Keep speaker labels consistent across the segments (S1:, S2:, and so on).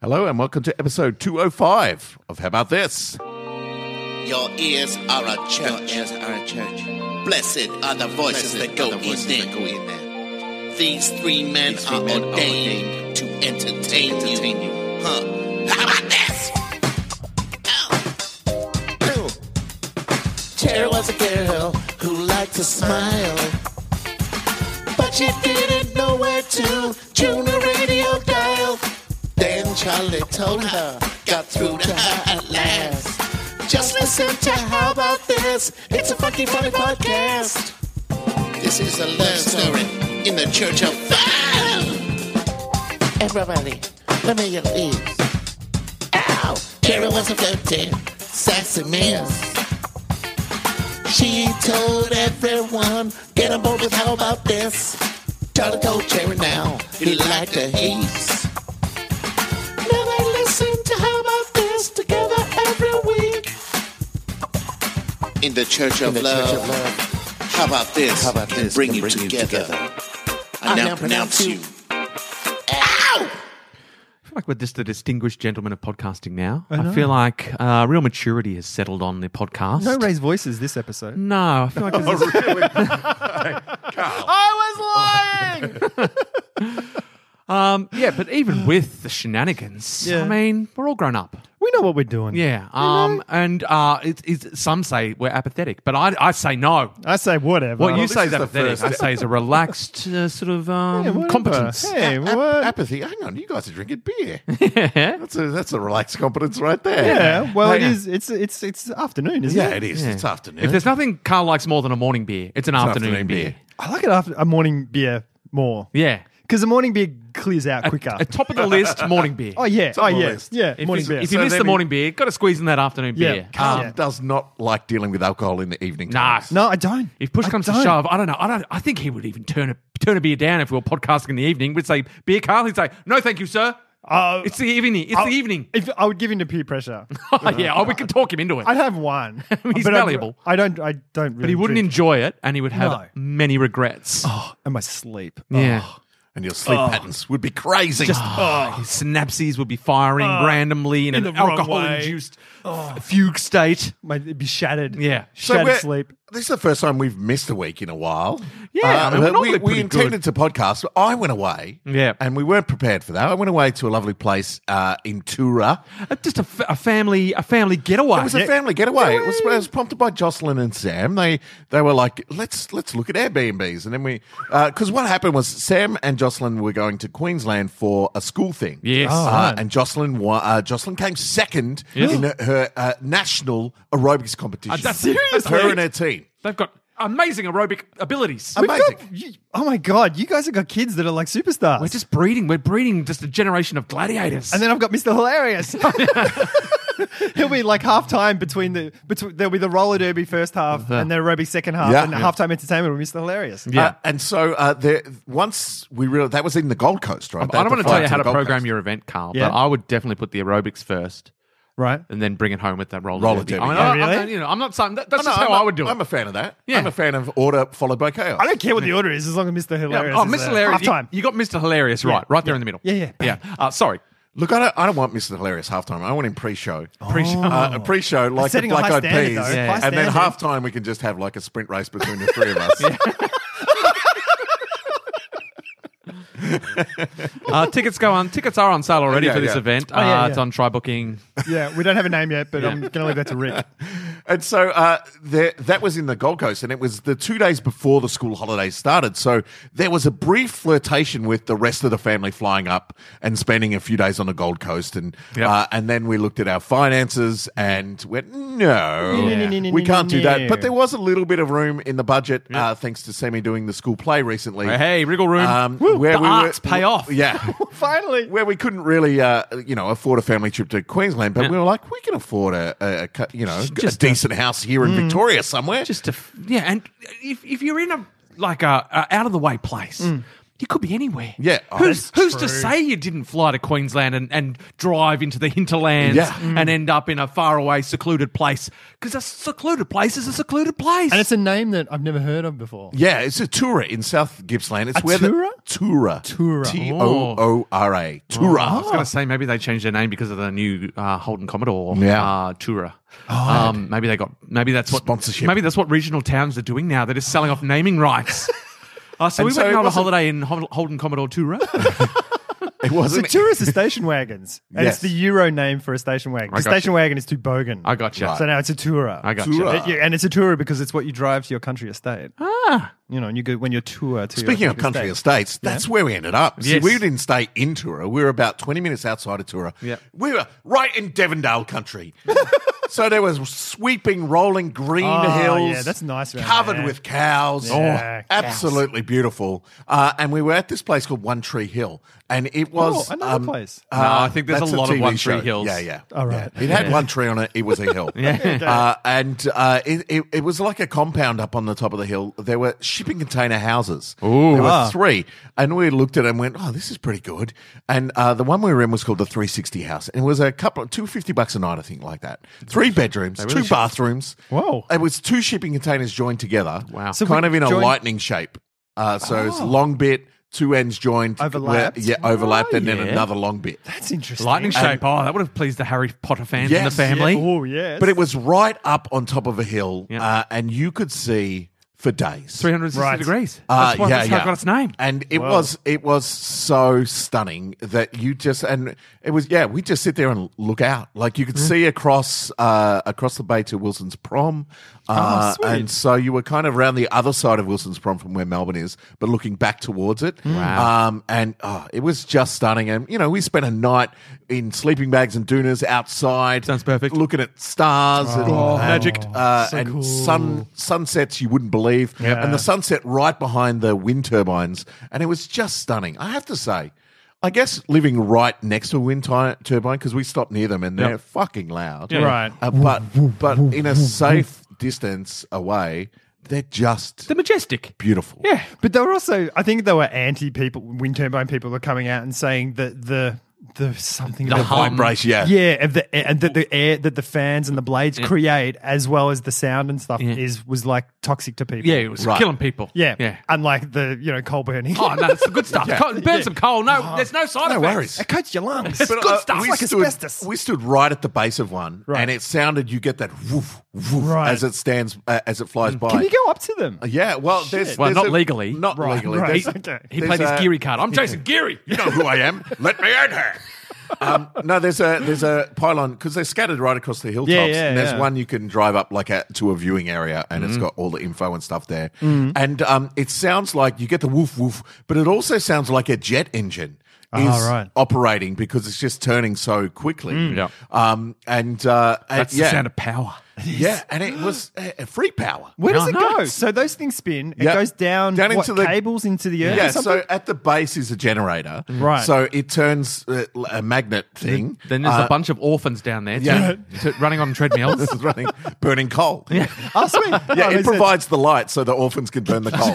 S1: Hello and welcome to episode 205 of How About This?
S2: Your ears are a church. Your ears are a church. Blessed are the voices, that, go in there. These three men, are, ordained to entertain, you. Huh? How about this? Oh. There was a girl who liked to smile, but she didn't know where to tune the radio dial. Then Charlie told her, got through to her at last. Just listen to How About This? It's a fucking funny podcast. This is a love story in the Church of Fun. Everybody, let me your ears. Ow! Carrie was a flirty, sassy miss. She told everyone, get on board with How About This? Charlie told Jerry now, he liked the heat. Now they listen to How About This together every week. In the Church of, love, how about this? How about this? Bring, you, together. I, now pronounce you. Ow!
S3: I feel like we're just the distinguished gentlemen of podcasting now. I, feel like uh, real maturity has settled on the podcast.
S4: No raised voices this episode.
S3: No, I feel like this is-
S1: Oh,
S4: I was lying.
S3: um, yeah, but even with the shenanigans,
S4: Yeah.
S3: I mean, we're all grown up.
S4: we know what we're doing.
S3: Yeah, um, and uh, it, it's, some say we're apathetic, but I, I say no.
S4: I say whatever.
S3: What you
S1: this
S3: say
S1: is
S3: is
S1: the
S3: apathetic.
S1: first-
S3: I say is a relaxed uh, sort of um,
S4: Yeah, whatever.
S3: competence.
S4: Hey,
S1: Ap-
S4: what?
S1: apathy. Hang on, you guys are drinking beer. that's, a, that's a relaxed competence right there.
S4: yeah. Well, it
S3: Hang on.
S4: is. It's it's it's afternoon, isn't
S1: Yeah,
S4: it?
S1: it is. It's afternoon.
S3: If there's nothing Carl likes more than a morning beer, it's an
S1: It's
S3: afternoon, beer.
S4: I like it after a morning beer more
S3: Yeah,
S4: because the morning beer clears out
S3: A-
S4: quicker.
S3: A, top of the list morning beer.
S4: oh yeah.
S1: Top
S4: Oh
S1: of the
S4: yeah.
S1: list.
S4: Yeah.
S3: If
S4: morning
S3: you,
S4: beer.
S3: If you
S1: So
S3: miss
S1: then
S3: the
S1: we-
S3: morning beer, got to squeeze in that afternoon
S4: Yeah,
S3: beer.
S1: Carl
S3: Um,
S4: yeah.
S1: does not like dealing with alcohol in the evening.
S3: Nah.
S1: times.
S4: no, I don't.
S3: If push
S4: I
S3: comes
S4: don't.
S3: to shove, I don't know. I don't. I think he would even turn a turn a beer down if we were podcasting in the evening. We'd say beer, Carl. He'd say no, thank you, sir.
S4: Uh,
S3: It's the evening. It's
S4: I'll-
S3: the evening.
S4: If I would give in to peer pressure,
S3: yeah, oh, we could talk him into it.
S4: I'd have one.
S3: He's
S4: but I-
S3: malleable.
S4: I, don't. I don't. Really
S3: but he wouldn't
S4: Drink.
S3: enjoy it, and he would have
S4: No.
S3: many regrets.
S4: oh, and my sleep.
S3: yeah,
S1: And your sleep
S3: Oh.
S1: patterns would be crazy.
S3: his synapses would be firing randomly in,
S4: Oh. Uh, in
S3: an
S4: the wrong
S3: alcohol-induced f- fugue state.
S4: Oh, My, it'd be shattered.
S3: Yeah.
S1: So
S4: Shattered
S1: we're-
S4: sleep.
S1: This is the first time we've missed a week in a while. Uh,
S3: Yeah, I mean, we're
S1: we,
S3: normally
S1: we
S3: pretty good.
S1: intended to podcast. But I went away.
S3: Yeah.
S1: and we weren't prepared for that. I went away to a lovely place uh, in Tura.
S3: Uh, Just a, f- a family, a family getaway.
S1: It was a family getaway. It was, it was prompted by Jocelyn and Sam. They they were like, let's let's look at Airbnbs, and then we because what happened was Sam and Jocelyn were going to Queensland for a school thing.
S3: Yes.
S1: Uh,
S3: Oh,
S4: right.
S1: and Jocelyn wa- uh, Jocelyn came second
S3: Yes.
S1: in her, her, uh, national aerobics competition.
S3: Uh, that's- seriously?
S1: her and her team.
S3: They've got amazing aerobic abilities.
S1: Amazing.
S4: You- oh my god, you guys have got kids that are like superstars.
S3: We're just breeding. We're breeding just a generation of gladiators.
S4: and then I've got Mr. Hilarious.
S3: Oh,
S4: He'll be like half time between the between there'll be the roller derby first half and the aerobic second half
S1: Yeah.
S4: and
S1: Yeah.
S4: half time entertainment with Mr. Hilarious.
S3: Yeah.
S1: Uh, and so uh, there, once we realized that was in the Gold Coast, right?
S3: I don't want to tell you how to program
S1: your.
S3: your event, Carl,
S4: Yeah.
S3: but I would definitely put the aerobics first
S4: Right.
S3: and then bring it home with that roller,
S1: Roller
S3: derby.
S1: derby,
S3: I mean,
S1: yeah.
S3: I,
S4: Oh, really?
S3: I'm, not- you know, I'm not saying that, that's
S1: No,
S3: just how
S1: I'm a-
S3: I would do it.
S1: I'm a fan of that.
S3: Yeah.
S1: I'm a fan of order followed by chaos.
S4: I don't care what the order is as long as Mr.
S3: Yeah,
S4: Hilarious.
S3: oh,
S4: is
S3: Mr.
S4: there.
S3: Hilarious,
S4: Half
S3: you,
S4: time.
S3: you got Mr. Hilarious right, right there in the middle.
S4: Yeah, yeah.
S3: yeah. Uh, sorry,
S1: Look, I don't, I don't want Mr. Hilarious halftime. I want him pre-show.
S3: Pre-show.
S1: Uh, a pre-show like the
S4: setting a
S1: Black
S4: high
S1: Eyed
S4: standard,
S1: Peas.
S4: though. Yeah. High
S1: And then
S4: standard.
S1: halftime we can just have like a sprint race between the three of us.
S3: uh, tickets go on. Tickets are on sale already
S1: Yeah,
S3: for this
S1: yeah.
S3: event.
S4: yeah,
S3: Uh,
S4: yeah.
S3: It's on try booking.
S4: Yeah, we don't have a name yet, but
S3: Yeah.
S4: I'm gonna leave that to Rick.
S1: And so uh, there, that was in the Gold Coast, and it was the two days before the school holidays started. So there was a brief flirtation with the rest of the family flying up and spending a few days on the Gold Coast, and
S3: Yep.
S1: uh, and then we looked at our finances and went, no,
S3: Yeah.
S1: we can't do that. But there was a little bit of room in the budget, uh, thanks to Sammy doing the school play recently.
S3: Hey, wriggle room.
S1: Um,
S3: the arts pay off.
S1: Yeah.
S4: finally
S1: Where we couldn't really, uh, you know, afford a family trip to Queensland, but we were like, we can afford a, a, a cu- you know,
S3: Just
S1: a
S3: a- Mm.
S1: decent house here in Victoria somewhere.
S3: just to f- yeah and if, if you're in a like a, a out of the way place You could be
S1: Mm.
S3: anywhere.
S1: Yeah. Oh,
S3: who's
S4: that's
S3: who's to
S4: true.
S3: say you didn't fly to Queensland and, and drive into the hinterlands
S1: Yeah.
S3: and end up in a faraway secluded place? Because a secluded place is a secluded place.
S4: And it's a name that I've never heard of before.
S1: Yeah, it's a Tura in South Gippsland. It's
S4: A
S1: where
S4: Tura?
S1: the Tura
S4: Tura.
S3: Oh.
S1: T O O R A Tura.
S3: I was going to say maybe they changed their name because of the new uh, Holden Commodore
S1: Yeah. Oh,
S3: uh, Tura. um, maybe they got maybe that's what
S1: Sponsorship.
S3: Maybe that's what regional towns are doing now. They're just selling off naming rights. Uh, so
S1: And
S3: we
S1: so
S3: went
S1: it
S3: on a
S1: wasn't-
S3: holiday in Hol- Holden Commodore Tura. Oh.
S1: It
S4: So
S1: wasn't.
S4: tourists are station wagons. And
S1: Yes.
S4: It's the Euro name for a station wagon.
S3: I
S4: The station wagon is to Bogan.
S3: I gotcha.
S4: So now it's a tourer.
S3: I gotcha.
S1: Tura.
S4: It- yeah, and it's a tourer because it's what you drive to your country estate.
S3: Ah,
S4: You know, you go when you tour to
S1: Speaking
S4: your
S1: of country
S4: estate.
S1: estates, that's where we ended up. See,
S3: Yes.
S1: we didn't stay in Tura. We were about 20 minutes outside of Tura.
S3: Yeah.
S1: We were right in Devondale country. so there was sweeping, rolling green
S4: Oh,
S1: hills.
S4: yeah, that's nice around
S1: Covered
S4: there.
S1: with cows.
S4: Yeah,
S1: oh, absolutely beautiful. Uh, and we were at this place called One Tree Hill. And it was. um,
S4: Oh, another place.
S1: uh,
S3: No, I think there's
S1: that's
S3: a lot of
S1: TV
S3: One Tree
S1: show.
S3: Hills.
S1: Yeah, yeah.
S4: Oh, right.
S1: Yeah. It had one tree on it. It was a hill.
S3: Yeah.
S1: Uh, and uh, it, it, it was like a compound up on the top of the hill. There were shipping container houses. Ooh. There were
S4: Ah.
S1: three. And we looked at it and went, oh, this is pretty good. And uh, the one we were in was called the 360 house. And it was a couple, 250 bucks a night, I think, like that. Three bedrooms, two bathrooms.
S4: Whoa.
S1: It was two shipping containers joined together.
S3: Wow.
S1: So
S3: So
S1: kind
S4: we
S1: of in a
S4: joined-
S1: lightning shape. Uh, so it's long bit, two ends joined.
S4: Oh. Overlapped?
S1: where- yeah, overlapped.
S3: Oh,
S1: and then
S3: yeah.
S1: another long bit.
S4: That's interesting.
S3: lightning
S4: And-
S3: shape. Oh, that would have pleased the Harry Potter fans in the
S1: Yes.
S3: family.
S4: Yeah, oh, yes.
S1: But it was right up on top of a hill,
S3: Yeah.
S1: uh, and you could see for days.
S3: 360
S4: Right.
S3: degrees.
S1: Uh,
S3: That's, why, that's how it got its name.
S1: And it
S4: Whoa.
S1: was it was so stunning that you just and it was yeah we just sit there and look out like you could see across uh, across the bay to Wilson's Prom,
S3: Ah,
S1: uh,
S4: sweet.
S1: and so you were kind of around the other side of Wilson's Prom from where Melbourne is, but looking back towards it.
S3: Hmm. Wow.
S1: Um, and oh, it was just stunning. And you know we spent a night in sleeping bags and dunas outside.
S3: Sounds perfect.
S1: Looking at stars and,
S4: Oh,
S1: and,
S3: magic.
S1: uh,
S4: So
S1: and
S4: cool.
S1: sun sunsets you wouldn't believe,
S4: Yeah.
S1: and the sunset right behind the wind turbines, and it was just stunning. I have to say, I guess living right next to a wind ti- turbine because we stopped near them and they're
S3: Yep.
S1: fucking loud,
S3: Yeah.
S4: Right.
S1: Uh, but but in a safe distance away, they're just
S3: The Majestic.
S1: beautiful.
S3: Yeah.
S4: But they were also, I think they were anti people, wind turbine people were coming out and saying that the the something
S3: The
S4: that-
S3: hum.
S1: Vibration, yeah.
S4: yeah, of the air, and that the air that the fans and the blades create, as well as the sound and stuff,
S3: Yeah.
S4: is was like toxic to people.
S3: Yeah, it was
S1: Right.
S3: killing people.
S4: yeah,
S3: Yeah.
S4: Unlike the you know coal burning,
S3: Oh, no, it's the good stuff.
S1: Yeah. Uh-huh.
S3: Co- Burn some coal. No, there's no side
S1: No
S3: effects.
S1: worries.
S4: it coats your lungs.
S3: It's good stuff.
S1: Uh, we
S4: like
S1: stood,
S4: asbestos.
S1: We stood right at the base of one,
S4: Right.
S1: and it sounded. You get that woof woof
S4: Right. Mm.
S1: as it stands uh, as it flies by.
S4: Can you go up to them?
S1: Yeah, well, there's,
S3: Well,
S1: there's
S3: not
S1: a-
S3: legally.
S1: Not
S4: Right,
S1: legally.
S4: right.
S1: There's-
S4: Okay.
S3: He
S1: there's uh,
S3: played his
S1: a-
S3: Geary card. I'm Jason Geary.
S1: You know who I am. Let me in here. Um, no, there's a there's a pylon because they're scattered right across the hilltops,
S4: Yeah, yeah,
S1: and there's
S4: yeah.
S1: one you can drive up like a, to a viewing area, and
S3: Mm.
S1: it's got all the info and stuff there.
S4: Mm.
S1: And um, it sounds like you get the woof woof, but it also sounds like a jet engine is
S4: Ah, right. Mm.
S1: operating because it's just turning so quickly.
S3: Yeah.
S1: Um, and uh, and-
S3: That's
S1: yeah,
S3: the sound of power.
S1: yeah, and it was uh, free power.
S4: Where does
S3: Oh,
S4: it go?
S3: nice.
S4: So those things spin. It
S1: Uh-huh. Yeah.
S4: goes down,
S1: Down
S4: what,
S1: into the-
S4: cables into the earth.
S1: Yeah,
S4: or something?
S1: so at the base is a generator.
S4: Right.
S1: So it turns uh, l- a magnet thing.
S3: Then there's
S1: uh,
S3: a bunch of orphans down there
S1: Yeah.
S3: to, to running on treadmills.
S1: this is running, burning coal. Yeah,
S4: oh, sweet. Oh,
S1: it
S4: makes sense.
S1: provides the light so the orphans can burn the coal.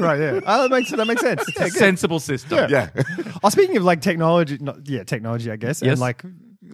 S4: right, yeah. Oh, that makes that makes sense. Yeah, good.
S3: Sensible system.
S1: yeah.
S4: Oh, speaking of like technology, not, yeah, technology, I guess,
S3: Yes.
S4: and like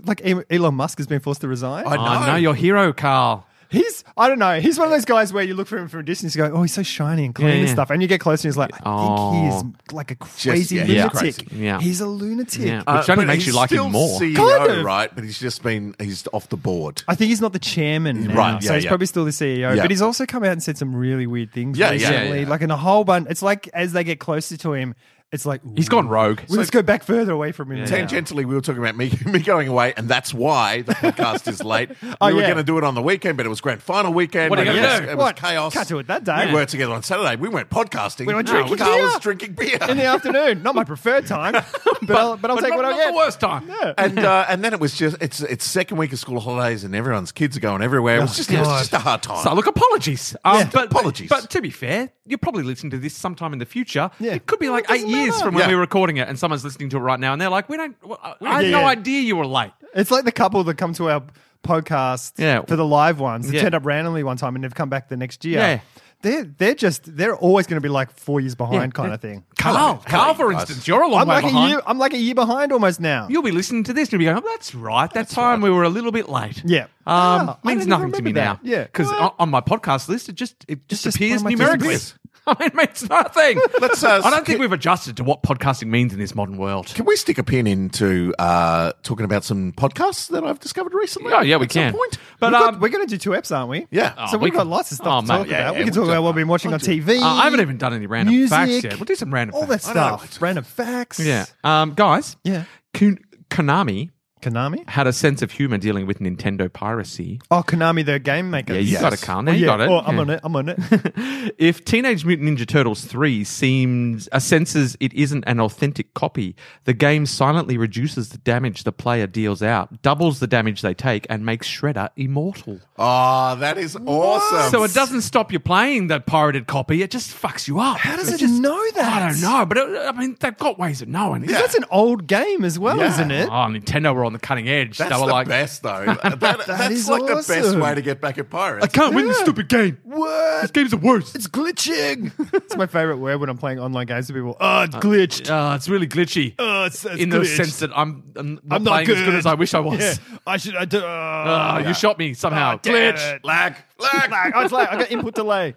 S4: like E- Elon Musk has been forced to resign.
S1: I-
S3: I
S1: No.
S3: know Oh, your hero, Carl.
S4: he's, I don't know, he's one of those guys where you look for him from a distance, you go, oh, he's so shiny and clean
S3: Yeah,
S4: and
S3: yeah.
S4: stuff, and you get close and he's like, I
S3: Oh.
S4: think he's like a crazy
S1: yeah, he's
S4: lunatic.
S1: crazy.
S3: Yeah.
S4: He's a lunatic.
S3: Yeah.
S1: Uh,
S3: Which only
S1: but
S3: makes you
S1: he's
S3: like him
S1: still
S3: more.
S1: CEO,
S4: Kind of.
S1: right? But he's just been he's off the board.
S4: I think he's not the chairman now,
S1: Right, yeah,
S4: so he's
S1: yeah.
S4: probably still the CEO.
S1: Yeah.
S4: But he's also come out and said some really weird things
S1: Yeah, yeah,
S4: recently,
S3: yeah.
S4: like in a whole bunch. It's like as they get closer to him, it's like
S3: He's gone rogue.
S4: Well, let's go back further away from him. now.
S1: Tangentially, we were talking about me, me going away, and that's why the podcast is late. we were
S4: yeah.
S1: going to do it on the weekend, but it was grand final weekend.
S3: What are you
S1: and
S3: gonna
S1: it was-
S3: do?
S1: It was
S4: What?
S1: chaos.
S4: Can't do it that day.
S1: We were together on Saturday. We weren't podcasting.
S4: We were
S1: No,
S4: drinking
S1: Carl
S4: beer.
S1: was drinking beer.
S4: in the afternoon. Not my preferred time, but, I'll, but I'll
S3: But
S4: take
S3: not,
S4: what I
S3: not
S4: get.
S3: the worst time.
S1: and uh, and then it was just it's it's second week of school holidays and everyone's kids are going everywhere. It was just it was
S4: God.
S1: just a hard time.
S3: Oh, So look, apologies. Um,
S4: Yeah.
S3: but,
S1: Apologies.
S3: But to be fair, you're probably listening to this sometime in the future.
S4: Yeah.
S3: It could be like
S4: Well, it
S3: eight
S4: doesn't
S3: years
S4: matter.
S3: from when
S1: Yeah.
S3: we were recording it, and someone's listening to it right now, and they're like, "We don't. Well, I- I had
S4: Yeah,
S3: no
S4: yeah.
S3: idea you were late."
S4: It's like the couple that come to our podcast
S3: Yeah.
S4: for the live ones. They
S3: Yeah.
S4: turned up randomly one time and they've come back the next year.
S3: Yeah.
S4: they're they're just they're always going to be like four years behind
S3: Yeah.
S4: kind of thing.
S5: Carl, Carl, for instance, you're a long
S4: I'm
S5: way
S4: like a
S5: behind.
S4: year. I'm like a year behind almost now.
S3: You'll be listening to this and you'll be going, oh, that's right. That time we were a little bit late.
S4: Yeah.
S3: Um,
S4: Ah, I
S3: means nothing
S4: didn't
S3: to
S4: remember
S3: me
S4: that.
S3: now.
S4: Yeah.
S3: Because
S4: What?
S3: on, on my podcast list, it just it just,
S4: just
S3: appears
S4: one of my
S3: numerically.
S4: things.
S3: I mean, it means nothing.
S1: Let's, uh,
S3: I don't think
S1: skip-
S3: we've adjusted to what podcasting means in this modern world.
S1: Can we stick a pin into uh, talking about some podcasts that I've discovered recently?
S3: Oh, yeah, we
S1: At some
S3: can.
S1: point?
S3: But
S4: We've got-
S3: um,
S4: we're going to do two eps, aren't we?
S1: Yeah.
S4: So
S3: Oh,
S4: we've
S3: we
S4: got
S3: can-
S4: lots of stuff
S3: oh,
S4: to
S3: mate,
S4: talk
S3: yeah,
S4: about.
S1: yeah,
S4: we can
S1: we'll
S4: talk about
S1: do-
S4: what we've been watching on TV.
S3: uh, I haven't even done any random facts
S4: music,
S3: yet. We'll do some random
S4: all that
S3: facts.
S1: I know,
S4: stuff.
S1: it's-
S4: Random facts.
S3: Yeah. Um, guys.
S4: Yeah.
S3: Kun- Konami
S4: Konami.
S3: had a sense of humor dealing with Nintendo piracy.
S4: Oh, Konami, the game maker.
S3: Yeah, you
S1: Yes.
S3: got it, Carl. Now
S4: Oh,
S3: you
S4: yeah.
S3: got it.
S4: Oh, I'm
S3: Yeah.
S4: on it. I'm on it.
S3: if Teenage Mutant Ninja Turtles 3 seems uh, senses it isn't an authentic copy, the game silently reduces the damage the player deals out, doubles the damage they take, and makes Shredder immortal.
S1: Oh, that is
S4: Um,
S1: awesome.
S3: so it doesn't stop you playing the pirated copy, it just fucks you up.
S4: How does
S3: It's
S4: it
S3: just-
S4: know that?
S3: I don't know, but it, I mean, they've got ways of knowing.
S1: Yeah.
S4: That's an old game as well,
S1: Yeah.
S4: isn't it?
S3: Oh, Nintendo were on the cutting edge.
S1: That's
S3: they were
S1: the
S3: like,
S1: best, though. That- that's
S4: is
S1: like the best
S4: awesome.
S1: way to get back at pirates.
S3: I can't win this stupid game. This
S4: What?
S3: game's the worst.
S4: It's glitching. it's my favorite word when I'm playing online games with people. Oh, it's glitched.
S3: Uh, it's really glitchy.
S4: oh, it's, it's
S3: in the
S4: glitched.
S3: sense that I'm, I'm not
S4: I'm not
S3: playing as good
S4: good.
S3: as I wish I was.
S4: Yeah, I should. I do. Uh,
S3: Ah, You shot me somehow.
S4: damn
S3: Glitch.
S4: it.
S1: Lag, lag,
S4: Like, I was like, I got input delay.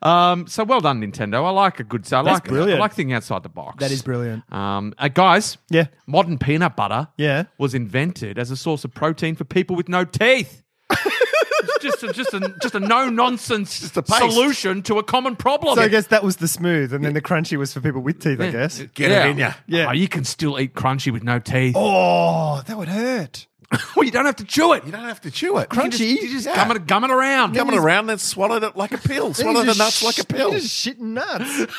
S3: Um, so well done, Nintendo. I like a good. I like.
S4: brilliant.
S3: I like thinking outside the box.
S4: brilliant.
S3: Um, uh, guys.
S4: Yeah.
S3: Modern peanut butter.
S4: Yeah.
S3: Was invented as a source of protein for people with no teeth. It's just a, just a just a no nonsense
S1: a paste.
S3: solution to a common problem.
S4: So I guess that was the smooth, and then the crunchy was for people with teeth, I guess.
S1: Get it in ya.
S4: Yeah.
S3: Yeah. Oh, you can still eat crunchy with no teeth. Oh.
S4: Oh, that would hurt.
S3: Well, you don't have to chew it.
S1: You don't have to chew it.
S3: You just, you just
S1: Yeah.
S3: gum, it, gum it around.
S1: Coming around and swallowed it like a pill. Swallowed the nuts like a pill.
S4: Just shitting nuts.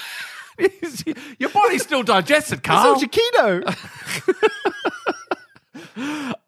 S3: Your body still digests it, Carl.
S4: Oh, Chiquito.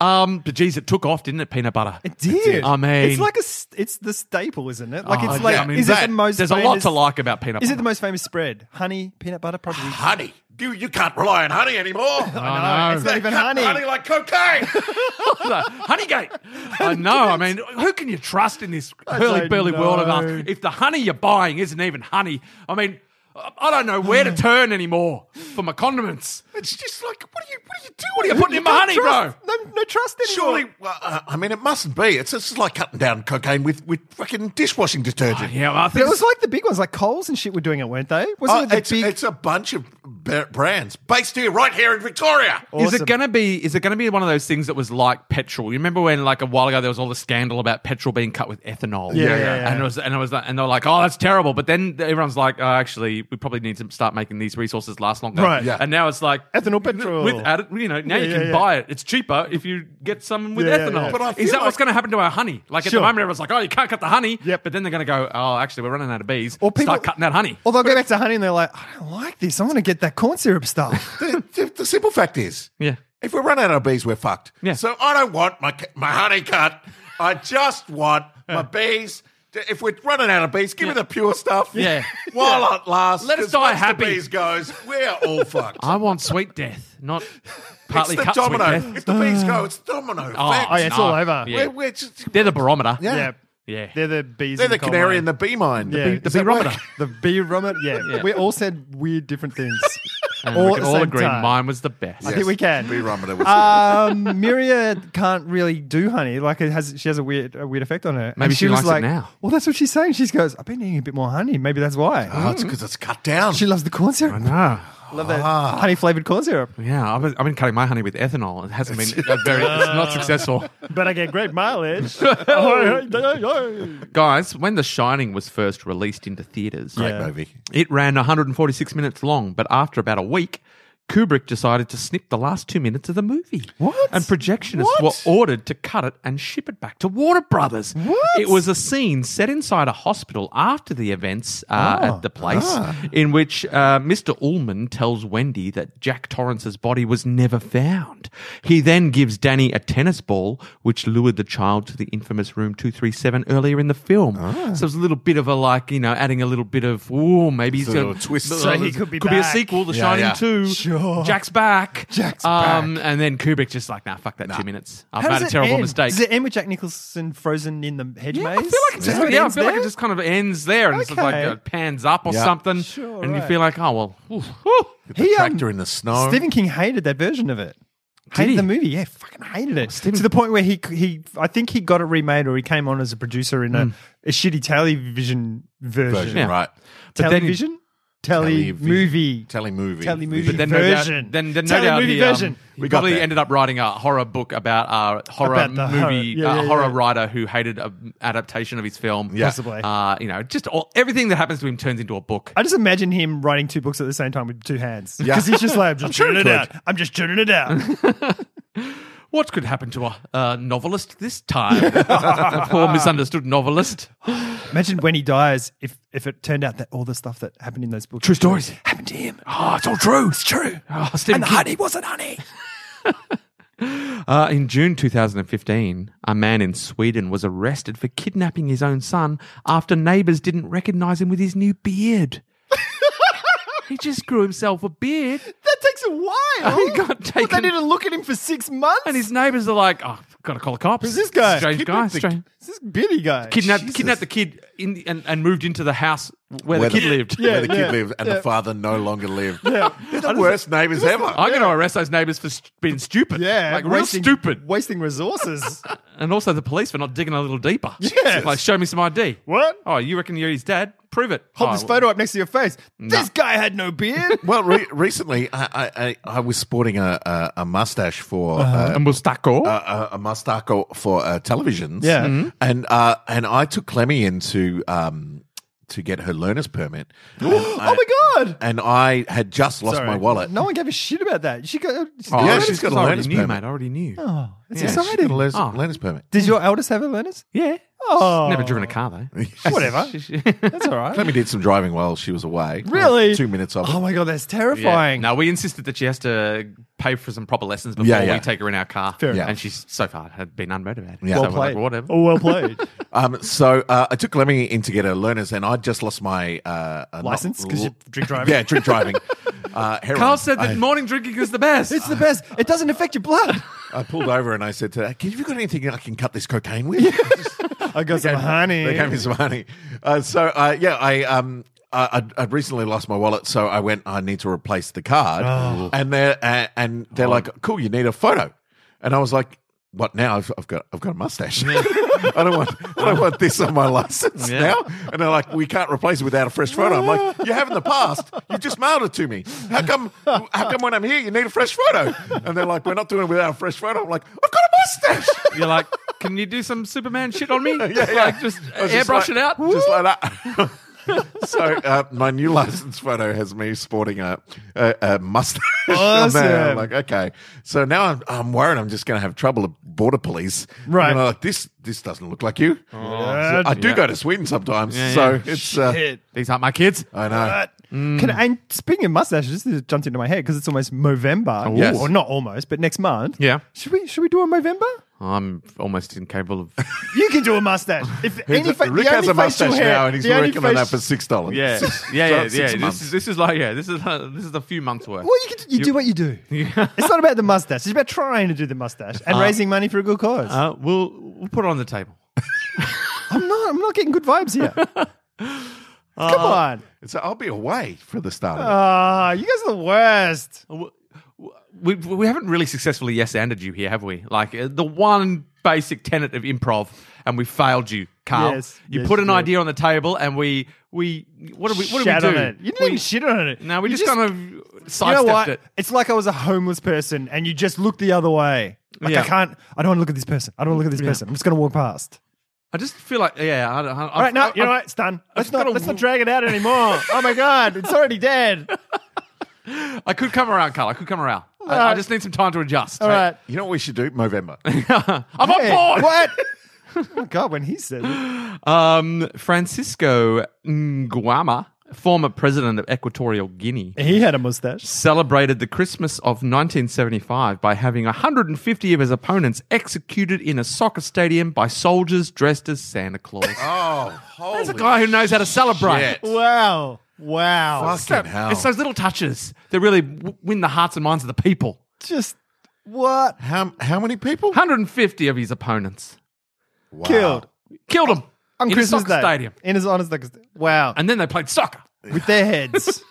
S3: Um, but geez, it took off, didn't it? Peanut butter.
S4: It did.
S3: I mean,
S4: it's like a. s- It's the staple, isn't it? Like
S3: Oh,
S4: it's like.
S1: yeah, I mean,
S4: is it
S1: that-
S4: the most?
S3: There's a lot
S4: famous-
S3: to like about peanut
S4: Is
S3: butter.
S4: it the most famous spread? Honey, peanut butter, probably.
S1: honey. You, you can't rely on honey anymore.
S3: I know.
S4: It's not even honey.
S1: Honey like cocaine.
S3: Honeygate. I know. I mean, who can you trust in this hurly
S4: don't
S3: burly world of
S4: know.
S3: ours? If the honey you're buying isn't even honey, I mean, I I don't know where to turn anymore for my condiments.
S1: it's just like, what are you, what are you doing?
S3: What are you putting in my
S4: No
S3: honey, bro?
S4: trust. No, no trust anymore.
S1: Surely, well, uh, I mean, it mustn't be. It's just like cutting down cocaine with, with fucking dishwashing detergent.
S3: Oh, Yeah, well, I
S4: But
S3: think
S4: it was like the big ones, like Coles and shit, were doing it, weren't they? Wasn't
S1: Uh,
S4: it the
S1: it's,
S4: big?
S1: it's a bunch of ba- brands based here, right here in Victoria.
S3: Is
S4: Awesome.
S3: it gonna be? Is it gonna be one of those things that was like petrol? You remember when, like a while ago, there was all the scandal about petrol being cut with ethanol.
S4: Yeah, yeah, yeah.
S3: And it was, and it was, like, and they were like, "Oh, that's terrible." But then everyone's like, oh, "Actually, we probably need to start making these resources last longer."
S4: Right. Yeah.
S3: And now it's like
S4: Ethanol petrol.
S3: with added. You know, now
S4: Yeah,
S3: you
S4: yeah,
S3: can
S4: yeah.
S3: buy it. It's cheaper if you get some with
S4: Yeah, yeah,
S3: ethanol.
S4: yeah.
S1: But I feel
S3: is that what's
S1: like-
S3: going to happen to our honey? Like at
S4: Sure.
S3: the moment, everyone's like, "Oh, you can't cut the honey."
S4: Yep.
S3: But then they're going to go, "Oh, actually, we're running out of bees."
S4: Or people-
S3: start cutting that honey.
S4: Or they'll go back to honey and they're like, I don't like this. I want to get that corn syrup stuff.
S1: the, the, the simple fact is,
S3: Yeah.
S1: if we run out of bees, we're fucked.
S3: Yeah.
S1: So I don't want my ca- my honey cut. I just want my bees. to- If we're running out of bees, give me the pure stuff.
S3: Yeah.
S1: While it lasts,
S3: Let us
S1: 'cause
S3: die
S1: once
S3: happy.
S1: The bees goes, we're all fucked.
S3: I want sweet death, not
S1: it's
S3: partly
S1: the
S3: cut sweet
S1: domino.
S3: death.
S1: If the bees go, it's domino. effect.
S4: Oh, yeah, it's all over.
S3: Yeah.
S1: We're, we're just,
S3: They're the barometer.
S1: Yeah.
S3: Yeah.
S4: They're the bees.
S1: they're
S4: in
S1: the
S4: coal
S1: canary
S4: mine.
S1: in the bee mine.
S4: Yeah.
S1: The bee,
S4: Does
S3: the
S4: that work?
S3: barometer.
S4: The bee rummet. Yeah.
S3: Yeah.
S4: We all said weird different things.
S3: And
S4: all
S3: we
S4: at
S3: can
S4: the
S3: all
S4: same
S3: agree
S4: time.
S3: mine was the best.
S4: I think we can.
S1: bee rummeter was
S4: um, Myriad can't really do honey. Like it has, she has a weird, a weird effect on her. And
S3: Maybe she
S4: was
S3: likes it
S4: like,
S3: now.
S4: Well, that's what she's saying. She goes, I've been eating a bit more honey. Maybe that's why.
S1: Oh, it's because it's cut down.
S4: Hmm? She loves the corn syrup.
S3: No.
S4: Love that honey flavored corn syrup.
S3: Ah, Yeah, I've been, I've been cutting my honey with ethanol. It hasn't been a very, it's not successful.
S4: But I get great mileage.
S3: Oh, Guys, when The Shining was first released into theaters,
S1: Great
S4: Yeah.
S1: movie.
S3: it ran 146 minutes long, but after about a week, Kubrick decided to snip the last two minutes of the movie.
S4: What?
S3: And projectionists
S4: What?
S3: were ordered to cut it and ship it back to Warner Brothers.
S4: What?
S3: It was a scene set inside a hospital after the events uh,
S4: Ah.
S3: at the place, in which uh, Mr. Ullman tells Wendy that Jack Torrance's body was never found. He then gives Danny a tennis ball, which lured the child to the infamous room 237 earlier in the film.
S4: Ah.
S3: So it's a little bit of a like, you know, adding a little bit of, ooh, maybe he's
S1: a
S3: gonna-
S1: little twist.
S3: Uh,
S1: So
S4: he could be
S3: could be a
S4: back.
S3: sequel, The
S1: Yeah,
S3: Shining
S1: yeah.
S3: 2.
S4: Sure.
S3: Jack's back.
S4: Jack's
S3: um, And then Kubrick just like, nah, fuck that two minutes. I've
S4: How does
S3: made a
S4: it
S3: terrible
S4: end?
S3: mistake.
S4: Does it end with Jack Nicholson frozen in the hedge
S3: yeah, I
S4: maze?
S3: feel like it just, yeah, I feel like it just kind of ends there, and it's like
S4: Okay.
S3: uh, pans up or
S1: Yeah.
S3: something,
S4: Sure,
S3: and you
S4: right.
S3: feel like, oh well, oof, whew.
S1: The
S4: He, um,
S1: tractor in the snow.
S4: Stephen King hated that version of it. Hated
S3: he?
S4: the movie, yeah, fucking hated it. to the point where he he, I think he got it remade, or he came on as a producer in a, a shitty television version.
S1: version,
S3: Yeah.
S1: right?
S3: But then-
S4: television, tele
S1: Televi-
S4: movie,
S1: Telemovie.
S4: telemovie
S1: But
S3: then no doubt,
S4: version,
S3: then, then no
S4: Telemovie
S3: doubt he, um,
S4: version.
S3: we
S1: got
S3: probably
S1: there.
S3: ended up writing a horror book about a horror
S4: About the
S3: movie,
S4: horror. Yeah,
S3: uh,
S4: yeah,
S3: horror
S4: yeah.
S3: writer who hated an adaptation of his film.
S1: Yeah.
S4: Possibly.
S3: uh, you know, just all, everything that happens to him turns into a book.
S4: I just imagine him writing two books at the same time with two hands.
S1: Yeah.
S4: Because he's just like, I'm just
S1: sure he
S4: turning it out.
S1: could.
S4: I'm just turning it out.
S3: What could happen to a uh, novelist this time? a poor misunderstood novelist.
S4: imagine when he dies, if if it turned out that all the stuff that happened in those books
S3: True stories.
S4: happened to him.
S3: Oh, it's all true. It's true. Oh, Stephen
S4: And the
S3: King.
S4: honey wasn't honey.
S3: Uh, in June 2015, a man in Sweden was arrested for kidnapping his own son after neighbors didn't recognize him with his new beard. he just grew himself a beard,
S4: That takes a while.
S3: He got
S4: What,
S3: taken-
S4: they didn't look at him for six months.
S3: and his neighbors are like, "Oh, gotta call the cops."
S4: Who's this guy?
S3: Strange
S4: Kidnapped
S3: guy.
S4: the-
S3: Strange.
S4: It's this bitty guy.
S3: Kidnapped, kidnapped the kid in, and, and moved into the house where,
S1: Where
S3: the kid lived.
S1: where the
S4: yeah,
S1: kid lived, and
S4: yeah.
S1: the father no longer lived. They're the worst neighbors ever.
S3: I'm going to arrest those neighbors for st- being stupid.
S4: Yeah,
S3: like real
S4: wasting-
S3: stupid.
S4: wasting resources.
S3: And also the police for not digging a little deeper.
S4: Yes.
S3: Like, show me some ID.
S4: What?
S3: Oh, you reckon you're his dad? Prove it.
S4: Hold
S3: Oh,
S4: this photo up next to your face. This guy had no beard.
S1: Well, re- recently I, I, I, I was sporting a, a, a mustache for
S4: Uh-huh.
S1: uh,
S3: A mustaco.
S1: a, a mustache for uh, televisions.
S4: Yeah. Mhm.
S1: and uh, and I took Clemmy in to um, to get her learner's permit. oh
S4: oh my god.
S1: And I had just lost
S4: Sorry.
S1: my wallet.
S4: No one gave a shit about that. She got. She
S3: Oh,
S1: Yeah,
S4: got-
S1: she's got a
S3: already
S1: learner's
S3: knew,
S1: permit.
S3: mate. I already knew.
S4: Oh, it's
S3: Yeah, she
S1: She got a
S4: exciting.
S1: learner's,
S3: Oh.
S1: learner's permit.
S4: Did your eldest have a learner's?
S3: Yeah.
S4: Oh,
S3: Never driven a car though.
S4: Whatever. That's all right.
S1: Clemmy did some driving while she was away.
S4: Really?
S1: Two minutes of it.
S4: Oh my god, that's terrifying.
S3: No, we insisted that she has to pay for some proper lessons before
S1: Yeah, yeah.
S3: we take her in our car.
S4: Fair
S1: enough.
S3: And she's so far had been unmotivated.
S1: Yeah.
S3: So
S1: Well
S3: we're like, whatever.
S4: Oh, well played.
S1: Um, so uh, I took Lemmy in to get her learners, and I just lost my uh, uh, not-
S4: License because you drink driving.
S1: yeah drink driving. uh, heroin.
S3: Carl said that
S1: I,
S3: morning drinking is the best.
S4: It's the best. It doesn't affect your blood.
S1: I pulled over and I said to her, "Can you got anything I can cut this cocaine with?"
S4: I got some honey.
S1: They gave me some honey. Uh, so uh, yeah, I um. I- I'd, I'd recently lost my wallet, so I went. I need to replace the card,
S4: Oh.
S1: and they're uh, and they're like, "Cool, you need a photo," and I was like, "What now? I've, I've got I've got a mustache. I don't want I don't want this on my license
S3: Yeah.
S1: now." And they're like, "We can't replace it without a fresh photo." I'm like, "You have in the past. You just mailed it to me. How come How come when I'm here you need a fresh photo?" And they're like, "We're not doing it without a fresh photo." I'm like, "I've got a mustache."
S3: You're like, can you do some Superman shit on me?
S1: yeah, yeah.
S3: Like just
S1: I was like-
S3: airbrush it out.
S1: just like that. so uh, my new license photo has me sporting a, a, a mustache. on there. I'm
S4: Awesome.
S1: like, okay. So now I'm, I'm worried. I'm just going to have trouble at border police.
S4: Right.
S1: And I'm like, this this doesn't look like you.
S4: Uh,
S1: I do
S3: Yeah.
S1: go to Sweden sometimes,
S3: Yeah,
S1: so
S3: yeah.
S1: it's. Uh,
S4: shit.
S3: These aren't my kids.
S1: I know.
S4: Uh, Can, and speaking of mustaches, this just jumped into my head because it's almost Movember. Or
S1: Yes.
S4: not almost, but next month.
S3: Yeah.
S4: Should we should we do a Movember?
S3: I'm almost incapable of.
S4: You can do a mustache. If any fa-
S1: Rick
S4: the
S1: has
S4: only
S1: a mustache
S4: facial hair,
S1: now, and he's
S4: the only
S1: working on that for
S4: facial-
S1: six dollars.
S3: Yeah,
S1: Six-
S3: yeah, yeah,
S1: six
S3: yeah. This
S1: months.
S3: is, this is like yeah. This is uh, this is a few months worth.
S4: Well, you, can, you, do what you do. it's not about the mustache. It's about trying to do the mustache and raising money for a good cause.
S3: Uh, we'll we'll put it on the table.
S4: I'm not. I'm not getting good vibes here. Come on.
S1: So I'll be away for the start. Of it.
S4: Ah, you guys are the worst.
S3: W- w- We, we haven't really successfully yes-anded you here, have we? Like uh, the one basic tenet of improv, and we failed you, Carl.
S4: Yes,
S3: you
S4: yes,
S3: put an
S4: yes.
S3: idea on the table, and we we what do we what do
S4: Shat
S3: we do?
S4: on it. You didn't even shit on it.
S3: No, we
S4: You
S3: just, kind of
S4: You know
S3: sidestepped
S4: what?
S3: it.
S4: It's like I was a homeless person, and you just looked the other way. Like
S3: Yeah.
S4: I can't. I don't want to look at this person. I don't want to look at this
S3: Yeah.
S4: person. I'm just going to walk past.
S3: I just feel like yeah. I, don't- I,
S4: All right, no,
S3: I,
S4: you know
S3: I,
S4: what? It's done. Let's
S3: just
S4: not.
S3: gotta
S4: Let's not
S3: w-
S4: drag it out anymore. oh my god, it's already dead.
S3: I could come around, Carl. I could come around. I, I just need some time to adjust.
S4: All right.
S1: You know what we should do? November.
S3: I'm
S4: Hey,
S3: on board.
S4: What? oh my god, when he said it.
S3: Um, Francisco Nguama, former president of Equatorial Guinea,
S4: he had a mustache.
S3: celebrated the Christmas of 1975 by having 150 of his opponents executed in a soccer stadium by soldiers dressed as Santa Claus.
S1: oh, holy
S3: There's a guy who knows how to celebrate.
S1: shit.
S4: Wow. Wow.
S1: Fucking hell.
S3: It's those little touches that really w- win the hearts and minds of the people.
S4: Just what?
S1: How how many people?
S3: 150 of his opponents
S1: Wow.
S4: Killed.
S3: killed him
S4: On
S3: in a
S4: Christmas
S3: soccer
S4: Day.
S3: stadium,
S4: In his honest Wow.
S3: and then they played soccer.
S4: With their heads.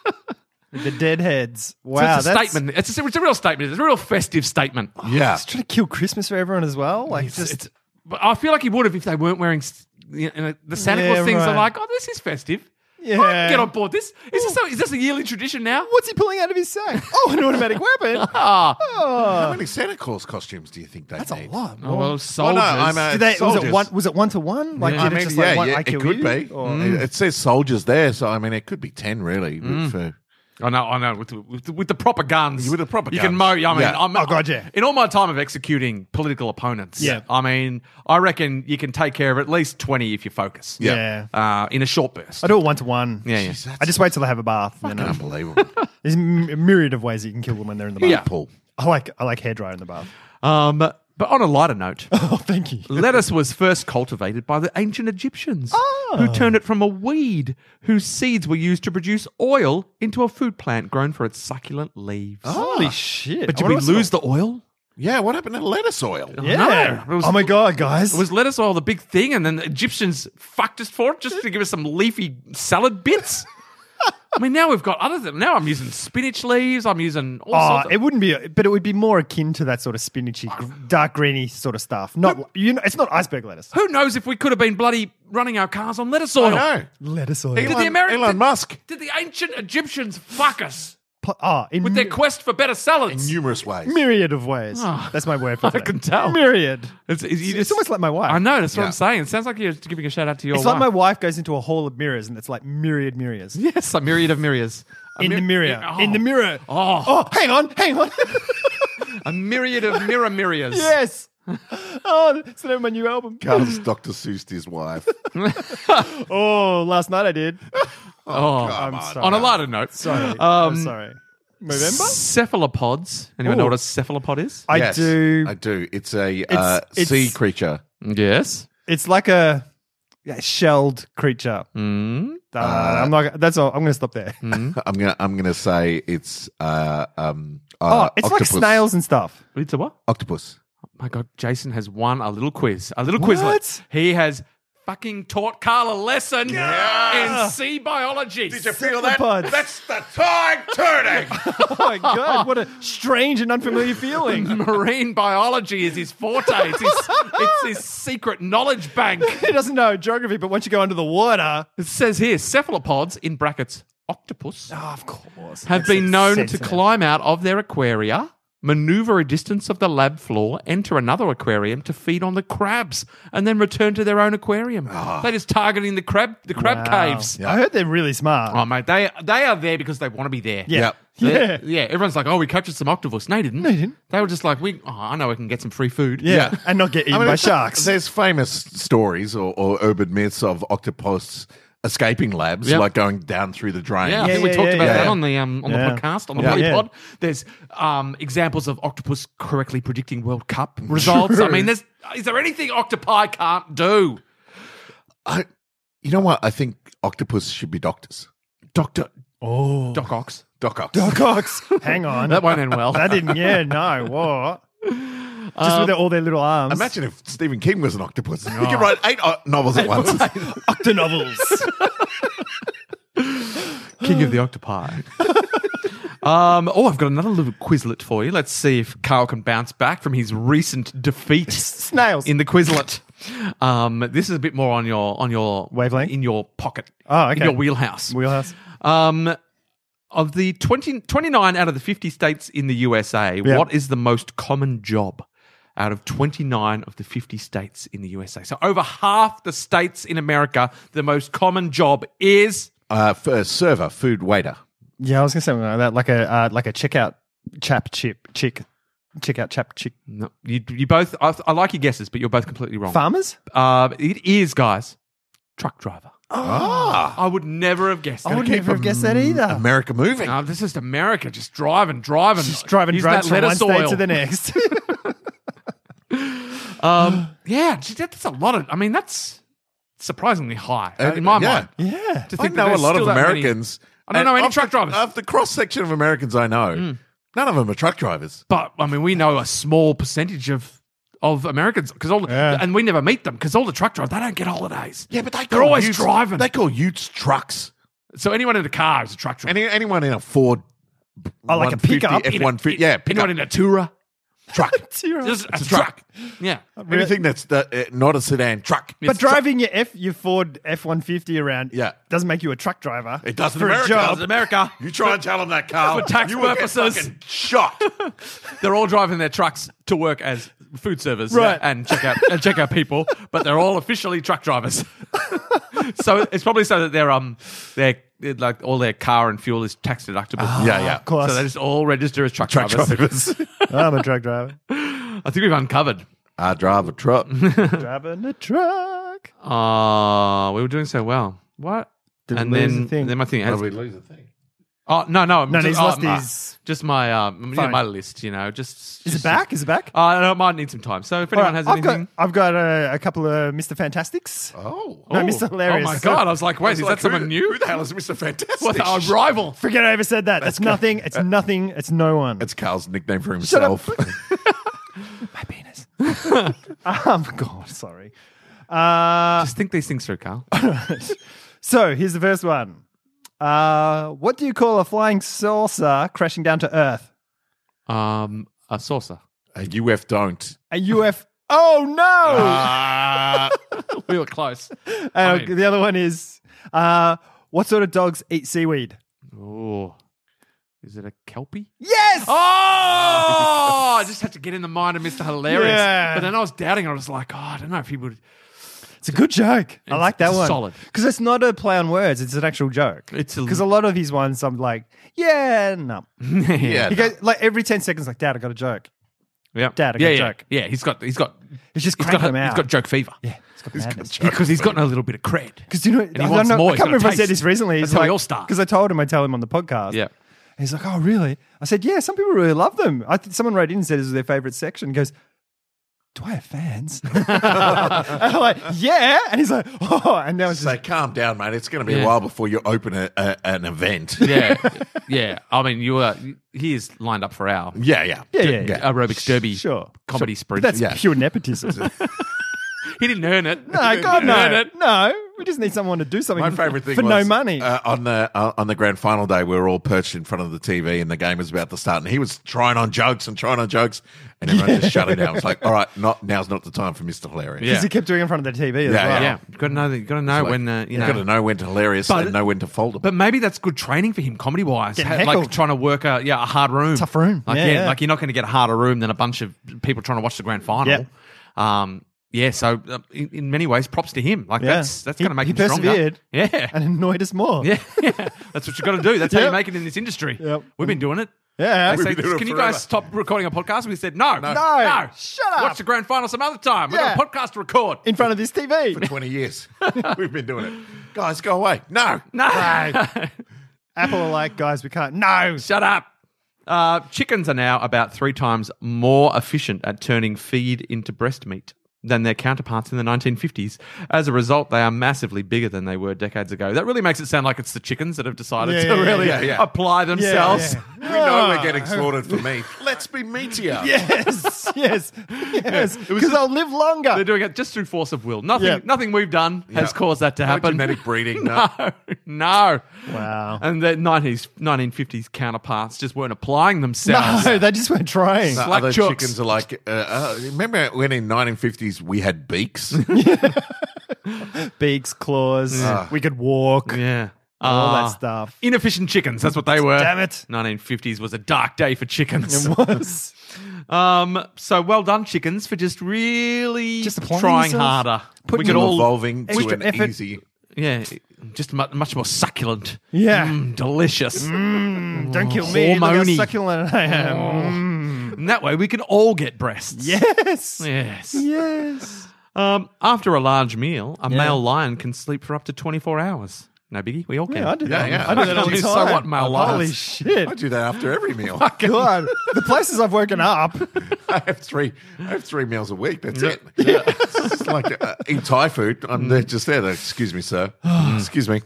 S4: With the dead heads.
S3: So
S4: Wow.
S3: it's a
S4: that's
S3: statement. It's a, it's a real statement. It's a real festive statement.
S1: Yeah.
S4: He's trying to kill Christmas for everyone as well. Like
S3: It's-
S4: just
S3: it's- but I feel like he would have if they weren't wearing s- you know, the Santa
S4: Yeah,
S3: Claus things. Are
S4: right.
S3: like, oh, this is festive.
S4: yeah.
S3: I can get on board. This is this, a, is this a yearly tradition now?
S4: What's he pulling out of his sack? Oh, an automatic weapon.
S3: Ah,
S1: How many Santa Claus costumes do you think they
S4: That's a
S1: need?
S4: lot.
S3: oh, well,
S1: Well,
S3: soldiers.
S1: no, I'm a
S4: Did they, was it
S1: soldiers.
S4: one? Was it one to one? Like,
S1: I
S4: did it
S1: mean,
S4: just
S1: yeah,
S4: like, one,
S1: yeah,
S4: I
S1: it
S4: kill
S1: could
S4: you?
S1: be. Mm.
S4: Or-
S1: It- It says soldiers there, so I mean, it could be ten really.
S4: Mm.
S1: For,
S3: I know, I know. oh, With the, with the, with the proper guns,
S1: With the proper
S3: you can
S1: guns.
S3: mow. I mean,
S1: Yeah.
S3: I'm,
S4: Oh, God, yeah.
S3: In all my time of executing political opponents,
S4: Yeah.
S3: I mean, I reckon you can take care of at least twenty if you focus.
S1: Yeah.
S4: Yeah.
S3: uh, in a short burst.
S4: I do it one to one.
S3: Yeah, yeah.
S1: Jeez, that's
S4: I just wait till I have a bath. And then I-
S1: unbelievable.
S4: there's a myriad of ways that you can kill them when they're in the bath.
S3: Yeah.
S1: Paul.
S4: I like I like hairdryer in the bath.
S3: Um, but on a lighter note,
S4: Oh, thank you.
S3: lettuce was first cultivated by the ancient Egyptians, who turned it from a weed whose seeds were used to produce oil into a food plant grown for its succulent leaves.
S4: Holy shit!
S3: But
S4: I
S3: did
S4: wonder
S3: we
S4: what's in
S3: lose the oil?
S1: Yeah, what happened to lettuce oil?
S4: it. Yeah.
S3: No, it was-
S4: oh my god, guys.
S3: It was lettuce oil the big thing, and then the Egyptians fucked us for it just to give us some leafy salad bits. I mean, now we've got other than now. I'm using spinach leaves. I'm using all
S4: Oh,
S3: sorts. Of,
S4: it wouldn't be, but it would be more akin to that sort of spinachy, gr- dark greeny sort of stuff. Not you know, it's not iceberg lettuce.
S3: who knows if we could have been bloody running our cars on lettuce oil?
S1: I know.
S4: Lettuce oil.
S1: Elon,
S3: the Ameri-
S1: Elon Musk
S3: Did the ancient Egyptians fuck us
S4: Pl- Oh, in
S3: with their
S4: my-
S3: quest for better
S1: in
S3: salads?
S1: numerous ways.
S4: myriad of ways.
S3: Oh.
S4: That's my word for
S3: I
S4: today.
S3: can tell.
S4: Myriad.
S3: It's, it's, you
S4: It's
S3: just-
S4: almost like my wife.
S3: I know. That's what
S1: Yeah.
S3: I'm saying. It sounds like you're giving a shout out to your.
S4: It's like my wife goes into a hall of mirrors and it's like myriad mirrors.
S3: Yes, a myriad of myriads. A
S4: In
S3: myr-
S4: the mirror.
S3: yeah, oh.
S4: In the mirror.
S3: Oh.
S4: Oh, hang on, hang on.
S3: a myriad of mirror myriads.
S4: yes. Oh, it's the name of my new album.
S1: Comes Dr. Seuss his wife.
S4: Oh, last night I did.
S3: Oh.
S1: Come
S4: I'm
S1: on.
S4: sorry.
S3: On a lighter note,
S4: Sorry.
S3: Um,
S4: I'm sorry. November?
S3: cephalopods. Anyone know
S4: Ooh.
S3: what a cephalopod is?
S4: I
S1: Yes,
S4: do.
S1: I do. It's a uh,
S4: it's-
S1: sea creature.
S3: yes.
S4: It's like a yeah, shelled creature.
S3: Mm.
S4: Uh, I'm not. That's all. I'm going to stop there.
S1: I'm gonna I'm gonna say it's uh um uh,
S4: Oh, it's
S1: octopus.
S4: like snails and stuff.
S3: It's a what?
S1: Octopus.
S3: Oh My God, Jason has won a little quiz. A little
S4: What?
S3: quizlet. He has fucking taught Carl a lesson in sea biology.
S1: feel
S4: that? Cephalopods.
S1: That's the tide turning.
S4: Oh my god! What a strange and unfamiliar feeling.
S3: Marine biology is his forte. It's his, it's his secret knowledge bank.
S4: he doesn't know geography, but once you go under the water,
S3: It says here cephalopods, in brackets, octopus,
S4: Oh, of course,
S3: have been known to climb out of their aquaria, maneuver a distance of the lab floor, enter another aquarium to feed on the crabs, and then return to their own aquarium.
S4: Ah.
S3: They're just targeting the crab, the crab caves.
S4: I heard they're really smart.
S3: Oh mate, they they are there because they want to be there.
S4: yeah,
S1: Yep.
S4: yeah,
S3: They're- yeah. Everyone's like, "Oh, we captured some octopus." No, they didn't.
S4: they didn't.
S3: They were just like, "We, oh, I know, I can get some free food."
S4: yeah,
S1: Yeah.
S4: and not get eaten by sharks.
S1: There's famous stories or, or urban myths of octopus escaping labs,
S3: Yep.
S1: like going down through the drain.
S3: Yeah, I think
S4: yeah,
S3: we talked
S4: yeah,
S3: about
S1: yeah.
S3: that
S1: Yeah.
S3: on the um, on
S4: Yeah.
S3: the podcast on the
S1: Yeah.
S3: Bloody
S4: Yeah.
S3: Pod. There's um, examples of octopus correctly predicting World Cup results. I mean, there's is there anything octopi can't do?
S1: I, you know what? I think octopus should be doctors. Doctor
S4: Oh,
S3: Doc Ox.
S1: Doc Ox.
S4: Cox, hang on,
S3: That won't end well.
S4: That didn't. Yeah, no. What? Just
S3: Um,
S4: with their, all their little arms.
S1: Imagine if Stephen King was an octopus. He
S3: Oh.
S1: could write eight uh, novels at once.
S4: octonovels.
S3: King of the Octopi. um, oh, I've got another little Quizlet for you. Let's see if Carl can bounce back from his recent defeat
S4: snails.
S3: in the Quizlet. Um, this is a bit more on your on your
S4: Wavelength?
S3: in your pocket,
S4: Oh,
S3: in
S4: okay.
S3: your wheelhouse.
S4: Wheelhouse.
S3: Um, of the 20, 29 out of the 50 states in the USA,
S4: Yeah.
S3: what is the most common job out of 29 of the 50 states in the USA? So, over half the states in America, the most common job is.
S1: Uh, for a server, food waiter.
S4: Yeah, I was gonna say something like that, like a uh, like a checkout chap chip chick, checkout chap chick.
S3: No, you, you both, I, I like your guesses, but you're both completely wrong.
S4: Farmers?
S3: Uh, it is, guys, truck driver.
S1: Ah,
S3: I would never have guessed
S4: I
S3: it.
S4: would never have guessed that either.
S3: Oh.
S1: America moving.
S3: No, this is America, just driving, driving.
S4: Just driving
S3: Using
S4: drugs
S3: that
S4: from one
S3: lettuce
S4: state
S3: oil.
S4: to the next.
S3: Um, yeah, gee, that- that's a lot of. I mean, that's surprisingly high uh, in my
S1: Uh, yeah.
S3: mind.
S4: yeah.
S3: To
S1: I
S3: think that
S1: know a
S3: there's
S1: lot of
S3: still that many-
S1: Americans
S3: I don't know any
S1: of
S3: truck
S1: the,
S3: drivers. Hmm.
S1: Of the cross section of Americans I know, none of them are truck drivers.
S3: But I mean, we know a small percentage of of Americans because all the,
S4: Yeah.
S3: and we never meet them because all the truck drivers they don't get holidays.
S1: Yeah, but they
S3: they're
S1: call
S3: always
S1: utes-
S3: driving.
S1: They call utes trucks.
S3: so anyone in a car is a truck driver.
S1: Any, anyone in a Ford.
S4: Oh, like a pickup?
S1: F one fifty. Yeah,
S3: anyone
S1: pickup
S3: in a Tourer,
S1: truck.
S3: just a,
S1: It's a truck.
S3: truck. Yeah,
S1: Anything that's the, uh, not a sedan truck.
S4: But driving your F your Ford F one fifty around
S1: Yeah.
S4: doesn't make you a truck driver.
S1: It does in
S4: for
S1: America.
S4: a job.
S1: Does in
S3: America.
S1: you try and tell them that, Carl.
S3: For tax
S1: you will get
S3: purposes.
S1: fucking shot.
S3: They're all driving their trucks to work as food servers
S4: Right.
S3: and check out and check out people, but they're all officially truck drivers. so it's probably so that their um their like all their car and fuel is tax deductible.
S1: Ah, yeah, yeah.
S4: of course.
S3: So they just all register as truck,
S1: Truck
S3: drivers.
S1: drivers.
S4: I'm a truck driver.
S3: I think we've uncovered.
S1: I drive a truck. Oh.
S4: Driving a truck.
S3: Ah, we were doing so well. What?
S4: Did we
S3: and
S4: lose
S3: then,
S4: the thing?
S3: then my thing. Has,
S1: lose a thing?
S3: oh no, no,
S4: No, he's
S3: oh,
S4: lost
S3: my-
S4: his-
S3: Just my um, yeah,
S4: Phone.
S3: my list. You know, just
S4: Is it
S3: just-
S4: back? Is it back?
S3: Oh, no, it might need some time. So if anyone
S4: Alright,
S3: has
S4: I've
S3: anything,
S4: got I've got uh, a couple of Mr. Fantastics.
S1: Oh.
S4: No, Mr. Hilarious.
S3: Oh my god! I was like, wait, is that someone new?
S1: Who the hell is Mr. Fantastic?
S3: What our rival?
S4: Forget I ever said that. That's nothing. It's nothing. It's no one.
S1: That's Carl's nickname for
S4: Shut up.
S1: himself.
S4: my penis. um, God, sorry. Uh,
S3: Just think these things through, Carl.
S4: so here's the first one. Uh, what do you call a flying saucer crashing down to Earth?
S3: Um, a saucer.
S1: a UF Uh, don't.
S4: A UF. Oh
S3: Ah.
S4: no! Oh.
S1: Uh,
S3: We were close.
S4: Uh,
S3: I mean-
S4: the other one is uh, what sort of dogs eat seaweed?
S3: Oh, is it a kelpie?
S4: Yes.
S3: Oh! I just had to get in the mind of Mr. Hilarious.
S4: Yeah.
S3: But then I was doubting. I was like, oh, I don't know if he would.
S4: It's a good joke. I like that
S3: it's
S4: one.
S3: solid.
S4: Because it's not a play on words, it's an actual joke.
S3: It's a-
S4: Because a lot of his ones, I'm like, yeah, no.
S1: yeah.
S4: He goes, like every 10 seconds, like, Dad, I got a joke.
S3: Yeah.
S4: Dad, I
S3: yeah,
S4: got
S3: yeah.
S4: joke.
S3: Yeah, he's got he's got
S4: He's just
S3: he's got,
S4: cranking them
S3: he's
S4: out.
S3: got joke fever. Yeah.
S4: It's got madness.
S3: Because he's gotten a little bit of cred.
S4: Because you know, I,
S3: he
S4: don't
S3: wants
S4: know
S3: more.
S4: I
S3: He's
S4: can't
S3: got a
S4: remember if I said
S3: taste.
S4: this recently.
S3: That's how we all start.
S4: Because I told him, I tell him on the podcast.
S3: Yeah.
S4: He's like, oh, really? I said, yeah, some people really love them. I th- someone wrote in and said it was their favorite section. He goes, do I have fans? and I'm like, yeah. And he's like, oh. And now it's just
S1: so calm down, mate. It's going to be
S3: Yeah.
S1: a while before you open a, a, an event.
S3: Yeah. yeah. I mean, you were he is lined up for our
S1: yeah, yeah.
S4: Yeah, yeah, yeah.
S3: aerobics derby
S4: Sure.
S3: comedy
S4: Sure.
S3: sprint.
S4: But that's
S1: Yeah.
S4: pure nepotism.
S3: he didn't earn it.
S4: No, God,
S3: Earn
S4: no,
S3: it.
S4: no. We just need someone to do something.
S1: My favorite thing
S4: for
S1: was,
S4: no money.
S1: uh, on the uh, on the grand final day. We were all perched in front of the TV, and the game was about to start. And he was trying on jokes and trying on jokes, and everyone just shut him down. It was like, all right, not now's not the time for Mister Hilarious.
S3: Yeah.
S4: Because he kept doing it in front of the TV. as
S1: Yeah,
S4: well.
S3: Yeah, you got to know that. You got to know when uh, you
S1: you got
S3: know.
S1: to know when to hilarious
S3: But-
S1: and know when to fold them.
S3: But maybe that's good training for him, comedy wise.
S4: Getting
S3: Like
S4: heckled.
S3: trying to work a yeah a hard room,
S4: Tough room.
S3: Like
S4: Yeah,
S3: yeah,
S4: yeah.
S3: like you're not going to get a harder room than a bunch of people trying to watch the grand final. Um, yeah. So uh, in, in many ways, props to him. Like
S4: Yeah.
S3: that's that's
S4: He-
S3: going to make
S4: he
S3: him stronger.
S4: persevered.
S3: Yeah.
S4: And annoyed us more.
S3: yeah, yeah, that's what you got to do. That's how
S4: Yeah.
S3: you make it in this industry.
S4: Yep.
S3: We've been doing it.
S4: Yeah.
S3: They say,
S1: been doing it
S3: can you
S1: forever."
S3: guys stop recording a podcast? And we said, no, no,
S4: Shut up.
S3: Watch the grand final some other time.
S4: Yeah.
S3: We've got a podcast to record.
S4: In front of this TV.
S1: for 20 years. We've been doing it. Guys, go away. No.
S3: no,
S4: Apple are like, guys, we can't. No.
S3: Shut up. Uh, chickens are now about three times more efficient at turning feed into breast meat than their counterparts in the 1950s. As a result, they are massively bigger than they were decades ago. That really makes it sound like it's the chickens that have decided
S4: Yeah,
S3: to
S4: yeah,
S3: really
S1: yeah, yeah.
S3: apply themselves.
S4: Yeah.
S1: We know we're getting slaughtered for meat. Let's be meatier.
S4: Yes. yes. Yes. Because I'll live longer.
S3: They're doing it just through force of will. Nothing,
S4: Yeah.
S3: nothing we've done has
S1: Yeah.
S3: caused that to
S1: No
S3: happen.
S1: genetic breeding. No. uh,
S3: no, no.
S4: Wow.
S3: And their 90s, 1950s counterparts just weren't applying themselves.
S4: No, they just weren't trying.
S1: No,
S3: Slack
S1: other
S3: jocks.
S1: chickens are like, uh, uh, remember when in 1950s we had beaks?
S4: Beaks, claws. We could walk.
S3: Yeah.
S4: All
S3: Ah.
S4: that stuff.
S3: Inefficient chickens, that's what they were.
S4: Damn it.
S3: 1950s was a dark day for chickens.
S4: It was.
S3: Um, so well done, chickens, for just really
S4: Just applying
S3: trying
S4: yourself.
S3: harder.
S1: we could all evolving to
S4: extra
S1: an
S4: effort.
S1: easy.
S3: yeah, just mu- much more succulent.
S4: Yeah.
S3: Mm, delicious.
S4: Don't kill me. Look how
S3: Hormony.
S4: succulent I am.
S3: And that way we can all get breasts.
S4: Yes.
S3: Yes.
S4: Yes.
S3: Um, after a large meal, a male lion can sleep for up to 24 hours. No biggie, we all can.
S4: Yeah, I do that.
S1: yeah.
S4: I do that all the time.
S3: So what, male
S4: Holy
S3: lions?
S4: shit.
S1: I do that after every meal.
S4: God, the places I've woken up.
S1: I have three. I have three meals a week. That's it. it's just like uh, eat Thai food. I'm there, just there. Like, Excuse me, sir. Excuse me.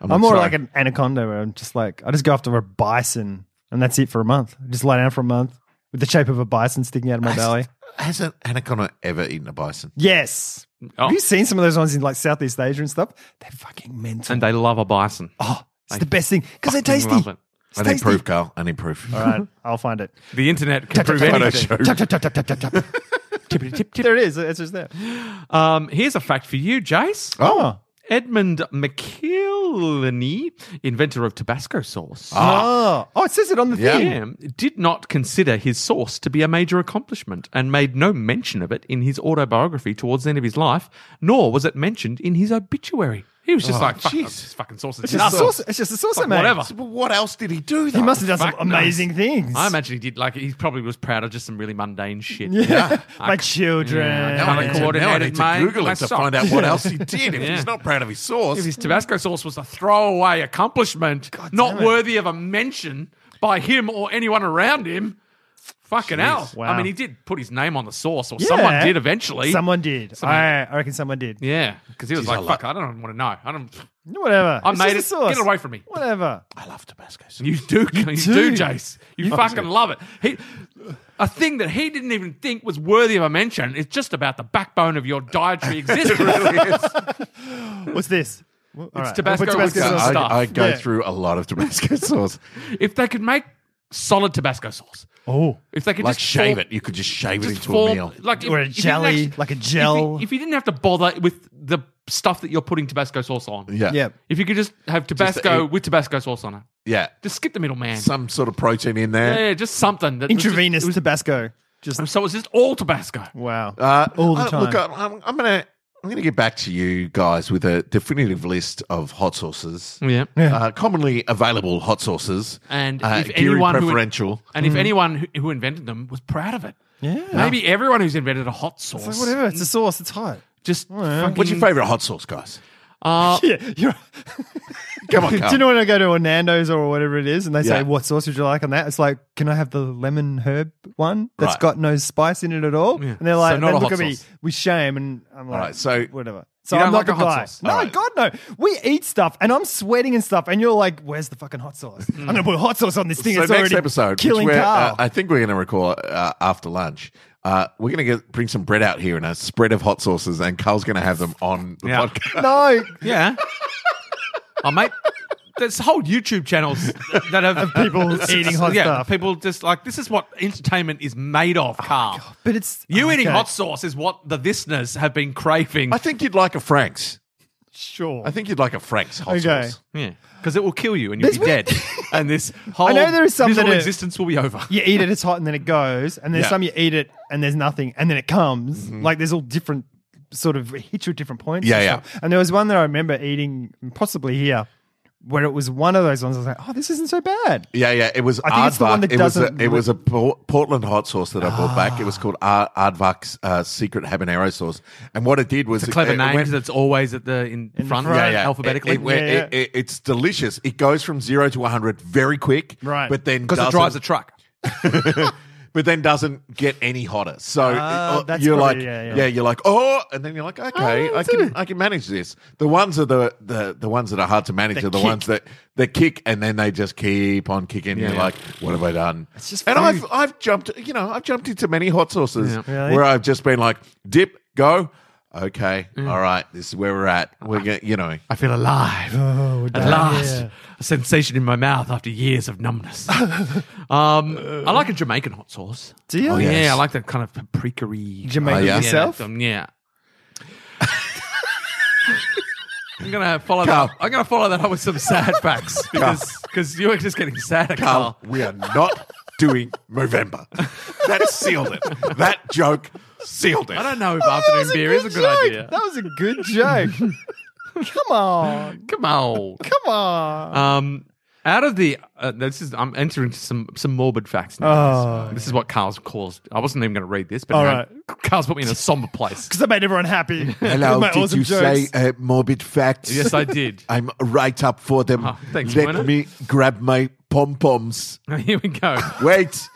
S4: I'm more
S1: sorry.
S4: like an anaconda where I'm just like, I just go after a bison and that's it for a month. I just lie down for a month with the shape of a bison sticking out of my belly.
S1: Has an anaconda ever eaten a bison?
S4: Yes.
S3: Oh.
S4: Have you seen some of those ones in like Southeast Asia and stuff? They're fucking mental.
S3: and they love a bison.
S4: oh, it's the best thing because they're
S3: fucking
S4: tasty.
S3: love it.
S4: It's
S1: I need
S4: tasty.
S1: proof, Carl. I need proof.
S4: All right, I'll find it.
S3: The internet can prove
S1: Photo
S3: anything.
S1: show.
S4: Tap, tap, tap, tap, tap, tap, tap. There it is. It's just there.
S3: Um, here's a fact for you, Jace.
S4: Oh.
S3: Edmund McKillany, inventor of Tabasco sauce,
S4: Oh. Oh, it says it on the
S1: Yeah.
S3: Ah.
S4: thing.
S3: yeah, did not consider his sauce to be a major accomplishment and made no mention of it in his autobiography towards the end of his life, nor was it mentioned in his obituary. He was just like, Fuck,
S1: jeez.
S3: this fucking sauce
S4: It's
S3: is
S4: just, a
S3: nuts.
S4: sauce, it's just a sauce I made.
S3: whatever.
S1: So, but what else did he do? Though?
S4: He must have done some
S3: Fuck, no.
S4: amazing things.
S3: I imagine he did like he probably was proud of just some really mundane shit.
S4: yeah.
S3: I
S4: My children.
S3: Yeah, I
S1: Now I, need to,
S3: Yeah.
S1: now I
S3: Coordinated
S1: need to
S3: my-
S1: Google
S3: my
S1: it to
S3: socks.
S1: find out what else he did. If
S3: Yeah.
S1: he's not proud of his
S3: If
S1: sauce,
S3: his Tabasco sauce was a throwaway accomplishment, not
S4: damn it.
S3: worthy of a mention by him or anyone around him, fucking hell.
S4: Wow.
S3: I mean, he did put his name on the sauce, or
S4: Yeah.
S3: someone did eventually.
S4: Someone did.
S3: Someone-
S4: I, I reckon someone did.
S3: Yeah, because he was
S1: Jeez, I
S3: like,
S1: love-
S3: "Fuck, I don't want to know. I don't.
S4: Whatever.
S3: I
S4: It's
S3: made it.
S4: just a sauce.
S3: Get away from me."
S4: Whatever.
S1: I love Tabasco sauce.
S3: You do, you, do,
S4: do.
S3: Jace. You fucking love it. He, a thing that he didn't even think was worthy of a mention. It's just about the backbone of your dietary existence.
S4: What's this? It's
S3: Tabasco with
S1: I,
S3: some stuff.
S1: I go
S4: Yeah.
S1: through a lot of Tabasco sauce.
S3: if they could make solid Tabasco sauce,
S4: Oh.
S3: if they could
S1: Like
S3: just
S1: shave
S3: form-
S1: it. You could just shave it
S3: just
S1: into
S3: form
S1: a meal.
S3: like
S4: Or a
S3: you didn't
S4: jelly,
S3: actu-
S4: like a
S3: if you-
S4: gel.
S3: If you, didn't have to bother with the stuff that you're putting Tabasco sauce on,
S1: Yeah. e-
S4: Yeah.
S3: if you could just have Tabasco with Tabasco sauce on it,
S1: Yeah.
S3: just skip the middleman.
S1: Some sort of protein in there.
S3: yeah, yeah, just something that was just-
S4: Intravenous
S3: it was-
S4: Tabasco. Just
S3: so it's just all Tabasco.
S4: wow.
S1: Uh,
S4: All the
S1: uh, Look,
S4: time.
S1: I'm, I'm- I'm gonna I'm gonna get back to you guys with a definitive list of hot sauces.
S3: Yeah,
S1: Uh, commonly available hot sauces
S3: And
S1: uh,
S3: if
S1: Geary
S3: anyone who-
S1: preferential.
S3: and if anyone who, who invented them was proud of it,
S4: Mm. Yeah.
S3: maybe everyone who's invented a hot sauce,
S4: It's like whatever. It's a sauce. It's hot.
S3: just fucking-
S1: What's your favorite hot sauce, guys?
S3: uh,
S4: Yeah. You're,
S1: Come on,
S4: do
S1: Carl.
S4: you know when I go to a Nando's or whatever it is and they
S1: Yeah.
S4: say, what sauce would you like on that? It's like, can I have the lemon herb one that's
S1: Right.
S4: got no spice in it at all? And they're like,
S3: So not
S4: they
S3: a
S4: look
S3: hot
S4: at me
S3: sauce.
S4: with shame and I'm like,
S1: right, so-
S4: whatever. So
S3: You don't
S4: I'm not
S3: like a
S4: the
S3: hot
S4: guy.
S3: sauce?
S4: No,
S1: All right.
S4: God, no. We eat stuff and I'm sweating and stuff and you're like, where's the fucking hot sauce? I'm going to put hot sauce on this thing.
S1: so
S4: that's
S1: next
S4: already
S1: episode, which
S4: killing
S1: we're,
S4: Carl.
S1: uh, I think we're going to record uh, after lunch. Uh, we're going to get bring some bread out here and a spread of hot sauces, and Carl's going to have them on the
S3: Yeah.
S1: podcast.
S4: no,
S3: yeah. oh, mate, there's whole YouTube channels that have
S4: people eating hot
S3: yeah,
S4: stuff.
S3: People just like this is what entertainment is made of, Carl.
S4: but it's
S3: you eating
S4: okay,
S3: hot sauce is what the listeners have been craving.
S1: I think you'd like a Frank's.
S4: Sure.
S1: I think you'd like a Frank's hot
S4: Okay.
S1: sauce.
S3: yeah, because it will kill you and you'll
S4: There's
S3: be
S4: weird-
S3: dead, and this whole
S4: know there is some
S3: miserable
S4: that are-
S3: existence will be over.
S4: you eat it, it's hot, and then it goes. And there's
S1: Yeah. Mm-hmm.
S4: some you eat it, and there's nothing, and then it comes. Like there's all different sort of it hits you at different points.
S1: Yeah,
S4: and
S1: yeah.
S4: stuff. And there was one that I remember eating, possibly here, where it was one of those ones. I was like, oh, this isn't so bad.
S1: Yeah, yeah. It was
S4: I think it's the
S1: Aardvark.
S4: one that
S1: It was a,
S4: doesn't Ah.
S1: it was a Por- Portland hot sauce that I brought back. It was called Ar- Aardvark's uh, secret habanero sauce. And what it did was
S3: It's a clever
S1: it, it
S3: name
S1: went-
S3: because it's always at the in, front,
S4: front.
S1: yeah, yeah.
S3: alphabetically.
S1: It- it went-
S4: Yeah, yeah.
S1: it- it- it's delicious. It goes from zero to 100 very quick.
S4: Right.
S1: But then
S3: because it
S1: doesn't-
S3: drives a truck.
S1: but then doesn't get any hotter. So
S4: Ah,
S1: it- uh,
S4: that's
S1: you're
S4: probably-
S1: like,
S4: yeah,
S1: yeah,
S4: yeah.
S1: you're like, oh, and then you're like, okay, I
S4: Oh, that's
S1: can,
S4: it.
S1: I can manage this. The ones are the, the the ones that are hard to manage
S4: The
S1: are the
S4: kick.
S1: ones that they kick and then they just keep on kicking. you're
S3: yeah.
S1: like, what have I done? It's
S4: just
S1: and I've
S4: food.
S1: I've jumped, you know, I've jumped into many hot sauces
S3: Yeah.
S4: Really?
S1: where I've just been like, dip, go. Okay,
S3: Mm.
S1: all right. This is where we're at.
S3: Ah.
S1: We're gonna, you know,
S3: I feel alive.
S4: Oh,
S3: At last, a sensation in my mouth after years of numbness. um, I like a Jamaican hot sauce.
S4: Do you?
S1: Oh, yeah. yes.
S3: Yeah, I like that kind of paprika-y.
S4: Jamaican
S1: Oh, yeah.
S4: yourself?
S3: Yeah. um, yeah. I'm gonna follow
S1: Carl.
S3: that. I'm gonna follow that up with some sad facts because because you're just getting sadder,
S1: Carl,
S3: Carl.
S1: Um, we are not doing Movember. That sealed it. That joke sealed it.
S3: I don't know if
S4: Oh, That
S3: afternoon
S4: was
S3: beer is a good
S4: joke.
S3: idea.
S4: That was a good joke. Come on.
S3: Come on.
S4: Come on.
S3: Um, out of the uh, this is I'm entering into some some morbid facts now.
S4: Oh.
S3: this is what Carl's caused. I wasn't even going to read this, but
S4: All
S3: no,
S4: right.
S3: Carl's put me in a somber place.
S4: Because I made everyone happy.
S1: Hello,
S4: with my
S1: did
S4: awesome
S1: you say
S4: jokes.
S1: uh, morbid facts?
S3: yes, I did.
S1: I'm right up for them.
S3: Oh, thanks,
S1: Let
S3: Werner.
S1: me grab my pom poms.
S3: Here we go.
S1: Wait,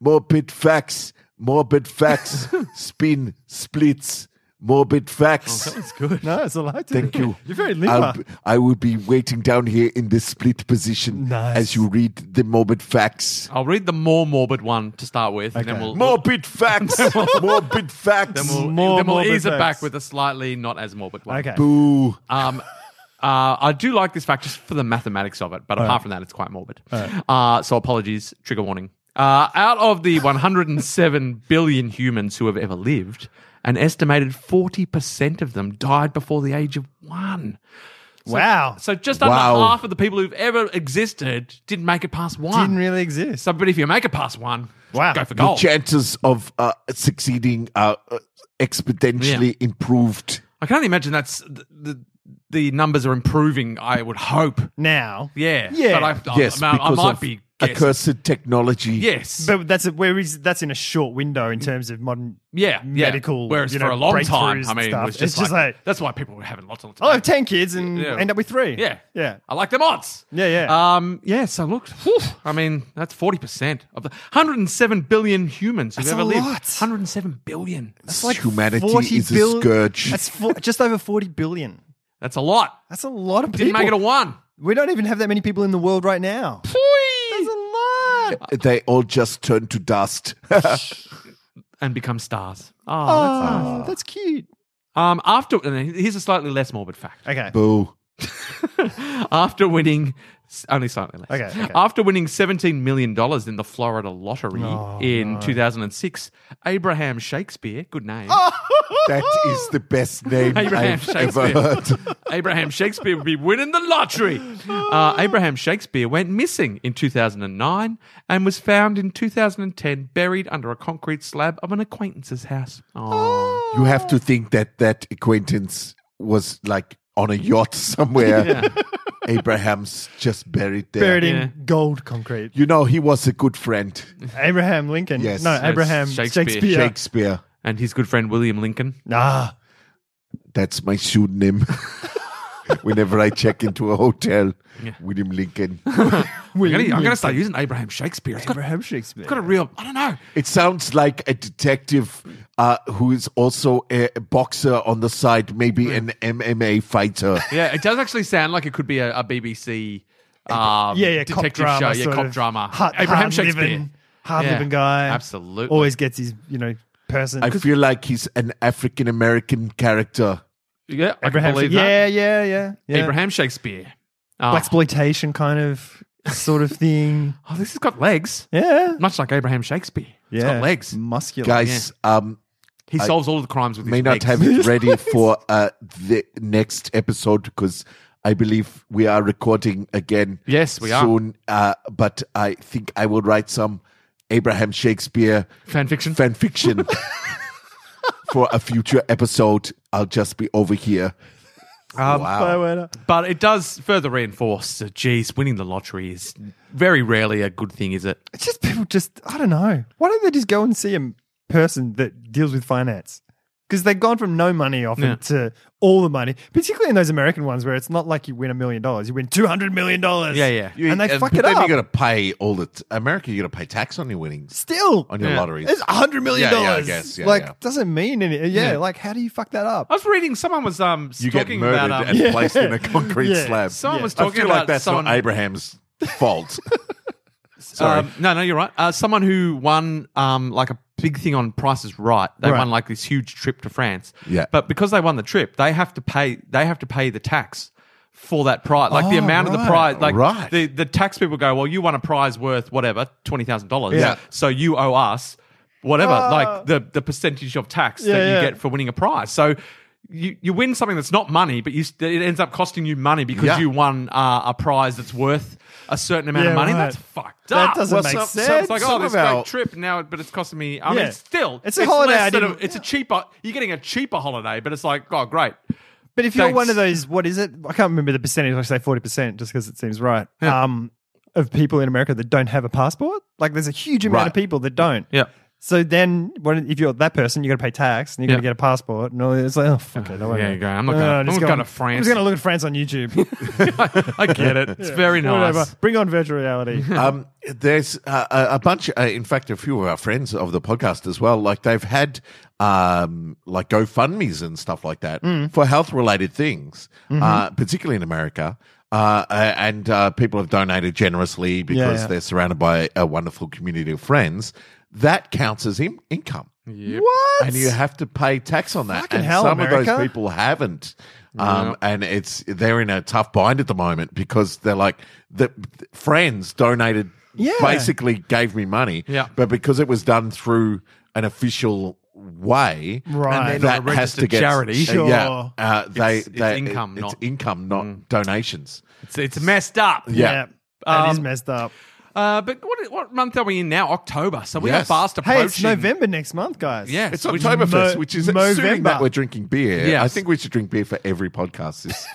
S1: morbid facts, morbid facts, spin, splits, morbid facts.
S3: That's good.
S4: Nice, I liked it.
S1: Thank you.
S4: You're very
S1: I'll
S4: limber.
S1: b- I will be waiting down here in this split position
S4: Nice.
S1: as you read the morbid facts.
S3: I'll read the more morbid one to start with, and then
S4: Okay.
S3: we'll
S1: Morbid facts. morbid facts.
S3: then we'll,
S4: More
S3: then we'll
S4: morbid
S3: ease it back
S4: facts.
S3: with a slightly not as morbid one.
S4: Okay.
S1: Boo.
S3: Um, uh, I do like this fact just for the mathematics of it, but apart from that, it's quite morbid. Uh, so apologies, trigger warning. Uh, out of the 107 billion humans who have ever lived, an estimated 40% of them died before the age of one.
S4: wow.
S3: So just under
S1: Wow.
S3: half of the people who've ever existed didn't make it past one.
S4: Didn't really exist.
S3: So, but if you make it past one,
S4: Wow.
S3: go
S1: The
S3: for gold.
S1: chances of uh, succeeding are uh, exponentially improved.
S3: I can only imagine that's the, the the numbers are improving. I would hope.
S4: now.
S3: Yeah,
S4: Yeah.
S3: But I, I,
S1: yes,
S3: I, I
S1: because
S3: might
S1: of
S3: be guessing.
S1: accursed technology.
S3: Yes.
S4: But that's a, where is that's in a short window in terms of modern
S3: Mm. yeah, yeah.
S4: medical.
S3: Whereas
S4: you
S3: for a
S4: know,
S3: long time,
S4: breakthroughs
S3: I
S4: and
S3: mean, it
S4: stuff.
S3: was just,
S4: it's just
S3: like,
S4: like,
S3: that's why people were having lots of time.
S4: I'll have Oh, ten kids and
S3: Yeah.
S4: end up with three.
S3: Yeah,
S4: yeah.
S3: I like them odds.
S4: Yeah, yeah.
S3: Um, yeah. So look, whew, I mean, that's forty percent of the 107 billion humans who've
S4: That's
S3: ever
S4: a
S3: lived.
S4: lot.
S3: 107 billion.
S4: That's like
S1: Humanity
S4: 40
S1: is a
S4: bill-
S1: scourge.
S4: That's four, just over forty billion.
S3: That's a lot.
S4: That's a lot of people.
S3: Didn't make it a one.
S4: we don't even have that many people in the world right now.
S3: Whee!
S4: That's a lot.
S1: They all just turn to dust.
S3: And become stars. Oh, that's nice.
S4: Oh, that's cute.
S3: Um, after and here's a slightly less morbid fact.
S4: Okay.
S1: Boo.
S3: After winning only slightly less.
S4: Okay, okay.
S3: After winning seventeen million dollars in the Florida lottery
S4: Oh,
S3: in two thousand and six, Abraham Shakespeare, good name.
S4: Oh.
S1: That is the best name
S3: Abraham
S1: I've ever
S3: Shakespeare.
S1: heard.
S3: Abraham Shakespeare would be winning the lottery. Uh, Abraham Shakespeare went missing in 2009 and was found in 2010 buried under a concrete slab of an acquaintance's house. Oh.
S1: You have to think that that acquaintance was like on a yacht somewhere. Abraham's just buried there.
S4: Buried
S3: Yeah.
S4: in gold concrete.
S1: You know, he was a good friend,
S4: Abraham Lincoln.
S1: Yes.
S4: No,
S1: Yes,
S4: Abraham
S3: Shakespeare.
S4: Shakespeare. Ah.
S1: Shakespeare.
S3: And his good friend William Lincoln.
S4: Nah.
S1: That's my pseudonym. Whenever I check into a hotel, William Lincoln.
S3: I'm gonna- I'm going to start using Abraham Shakespeare. It's got,
S4: Abraham Shakespeare.
S3: got a real, I don't know.
S1: It sounds like a detective uh, who is also a boxer on the side, maybe an MMA fighter.
S3: Yeah, it does actually sound like it could be a, a BBC um,
S4: yeah, yeah, cop
S3: detective
S4: drama,
S3: show, yeah,
S4: sort
S3: cop
S4: of
S3: drama.
S4: Hard,
S3: Abraham
S4: hard
S3: Shakespeare.
S4: living, hard
S3: Yeah,
S4: living guy.
S3: absolutely.
S4: always gets his you know person.
S1: I feel like he's an African American character.
S3: Yeah, I can
S4: Abraham,
S3: believe that.
S4: yeah, yeah, yeah, yeah.
S3: Abraham Shakespeare.
S1: oh.
S3: Ah.
S4: black exploitation kind of sort of thing.
S3: oh, this has got legs.
S4: Yeah,
S3: Much like Abraham Shakespeare. It's
S4: yeah.
S3: got legs.
S4: muscular.
S1: Guys, um,
S3: He solves all of the crimes with his
S1: may not
S3: legs.
S1: have it ready for uh, the next episode because I believe we are recording again.
S3: Yes, we are.
S1: soon, Uh, but I think I will write some Abraham Shakespeare
S3: fan fiction.
S1: fan fiction for a future episode. I'll just be over here.
S4: Um,
S1: wow.
S4: Bye,
S3: But it does further reinforce, uh, geez, winning the lottery is very rarely a good thing, is it?
S4: It's just people. Just I don't know. Why don't they just go and see a person that deals with finance? Because they've gone from no money often
S3: Yeah.
S4: to all the money, particularly in those American ones where it's not like you win a million dollars; you win two hundred million dollars.
S3: Yeah, yeah.
S4: and they fuck
S1: but
S4: it
S1: then
S4: up.
S1: you got to pay all the t- America. You got to pay tax on your winnings
S4: Still,
S1: on your
S3: Yeah.
S1: lotteries.
S4: It's a hundred million
S1: Yeah, yeah, I
S4: dollars.
S1: guess. Yeah,
S4: like
S1: yeah.
S4: doesn't mean any. Yeah,
S3: Yeah.
S4: like how do you fuck that up?
S3: I was reading someone was um
S1: you get
S3: talking
S1: murdered
S3: about um,
S1: and placed in a concrete
S4: Yeah.
S1: slab.
S3: someone was
S1: I
S3: talking
S1: feel
S3: about
S1: like that's
S3: someone,
S1: not Abraham's fault. Sorry.
S3: Um, no, no, you're right. Uh, someone who won um, like a big thing on Price is Right. They
S4: Right.
S3: won like this huge trip to France.
S1: Yeah.
S3: But because they won the trip, they have to pay. They have to pay the tax for that prize, like the
S4: Oh,
S3: amount of the
S4: right.
S3: prize. Like
S1: Right.
S3: the the tax people go, well, you won a prize worth whatever twenty thousand dollars.
S1: Yeah.
S3: So you owe us whatever,
S4: Ah.
S3: like the the percentage of tax that
S4: Yeah,
S3: you
S4: yeah.
S3: get for winning a prize. So. You, you win something that's not money, but you st- it ends up costing you money because
S1: Yeah.
S3: you won uh, a prize that's worth a certain amount of
S4: Yeah,
S3: money.
S4: right.
S3: That's fucked
S4: That
S3: up.
S4: doesn't
S1: Well,
S4: make
S1: some-
S4: sense.
S1: some-
S3: It's like, oh,
S1: Some
S3: this
S1: of our-
S3: great trip now, but it's costing me. I
S4: Yeah.
S3: mean, still,
S4: It's a holiday,
S3: less
S4: I
S3: than a-
S4: didn't-
S3: it's a cheaper. You're getting a cheaper holiday, but it's like, oh, great.
S4: But if you're
S3: Thanks.
S4: one of those, what is it? I can't remember the percentage. I say forty percent, just because it seems right. Um, of people in America that don't have a passport, like there's a huge amount
S1: Right.
S4: of people that don't. So then, when, if you're that person, you got to pay tax and you got
S3: Yeah.
S4: to get a passport. And all, that. it's like, oh fuck it, I won't
S3: yeah,
S4: go.
S3: you go. I'm not
S4: No,
S3: gonna-
S4: no,
S3: I'm
S4: just
S3: not going
S4: on-
S3: to France.
S4: I'm just gonna look at France on YouTube.
S3: I get it. It's very nice.
S4: Whatever. Bring on virtual reality.
S1: um, there's uh, a a bunch, uh, in fact, a few of our friends of the podcast as well. Like they've had um, like GoFundMe's and stuff like that
S3: Mm.
S1: for health related things,
S3: Mm-hmm.
S1: uh, particularly in America. Uh, a- and uh, people have donated generously because
S4: yeah.
S1: they're surrounded by a wonderful community of friends. That counts as in- income.
S4: What?
S1: And you have to pay tax on that.
S4: Fucking
S1: and
S4: hell,
S1: some of those
S4: America.
S1: people haven't. Um, And it's they're in a tough bind at the moment because they're like the the friends donated,
S4: Yeah.
S1: basically gave me money,
S3: Yeah.
S1: But because it was done through an official way,
S4: Right. And
S3: they're not
S1: That
S3: a
S1: has to
S3: registered
S1: get
S3: charity.
S1: uh, Yeah,
S4: Sure.
S1: uh, they,
S3: It's- it's
S1: they-
S3: income,
S1: it's
S3: not- Mm.
S1: income, not donations.
S3: It's, it's messed up.
S1: Yeah.
S4: That is
S3: Um,
S4: messed up.
S3: Uh, but what, what month are we in now? October. So we
S1: Yes.
S3: are fast
S4: Hey,
S3: approaching.
S4: it's November next month, guys.
S3: Yes.
S1: It's
S3: which-
S1: Oktoberfest,
S4: Mo-
S1: which is assuming that
S4: Movember.
S1: we're drinking beer.
S3: Yes.
S1: I think we should drink beer for every podcast this,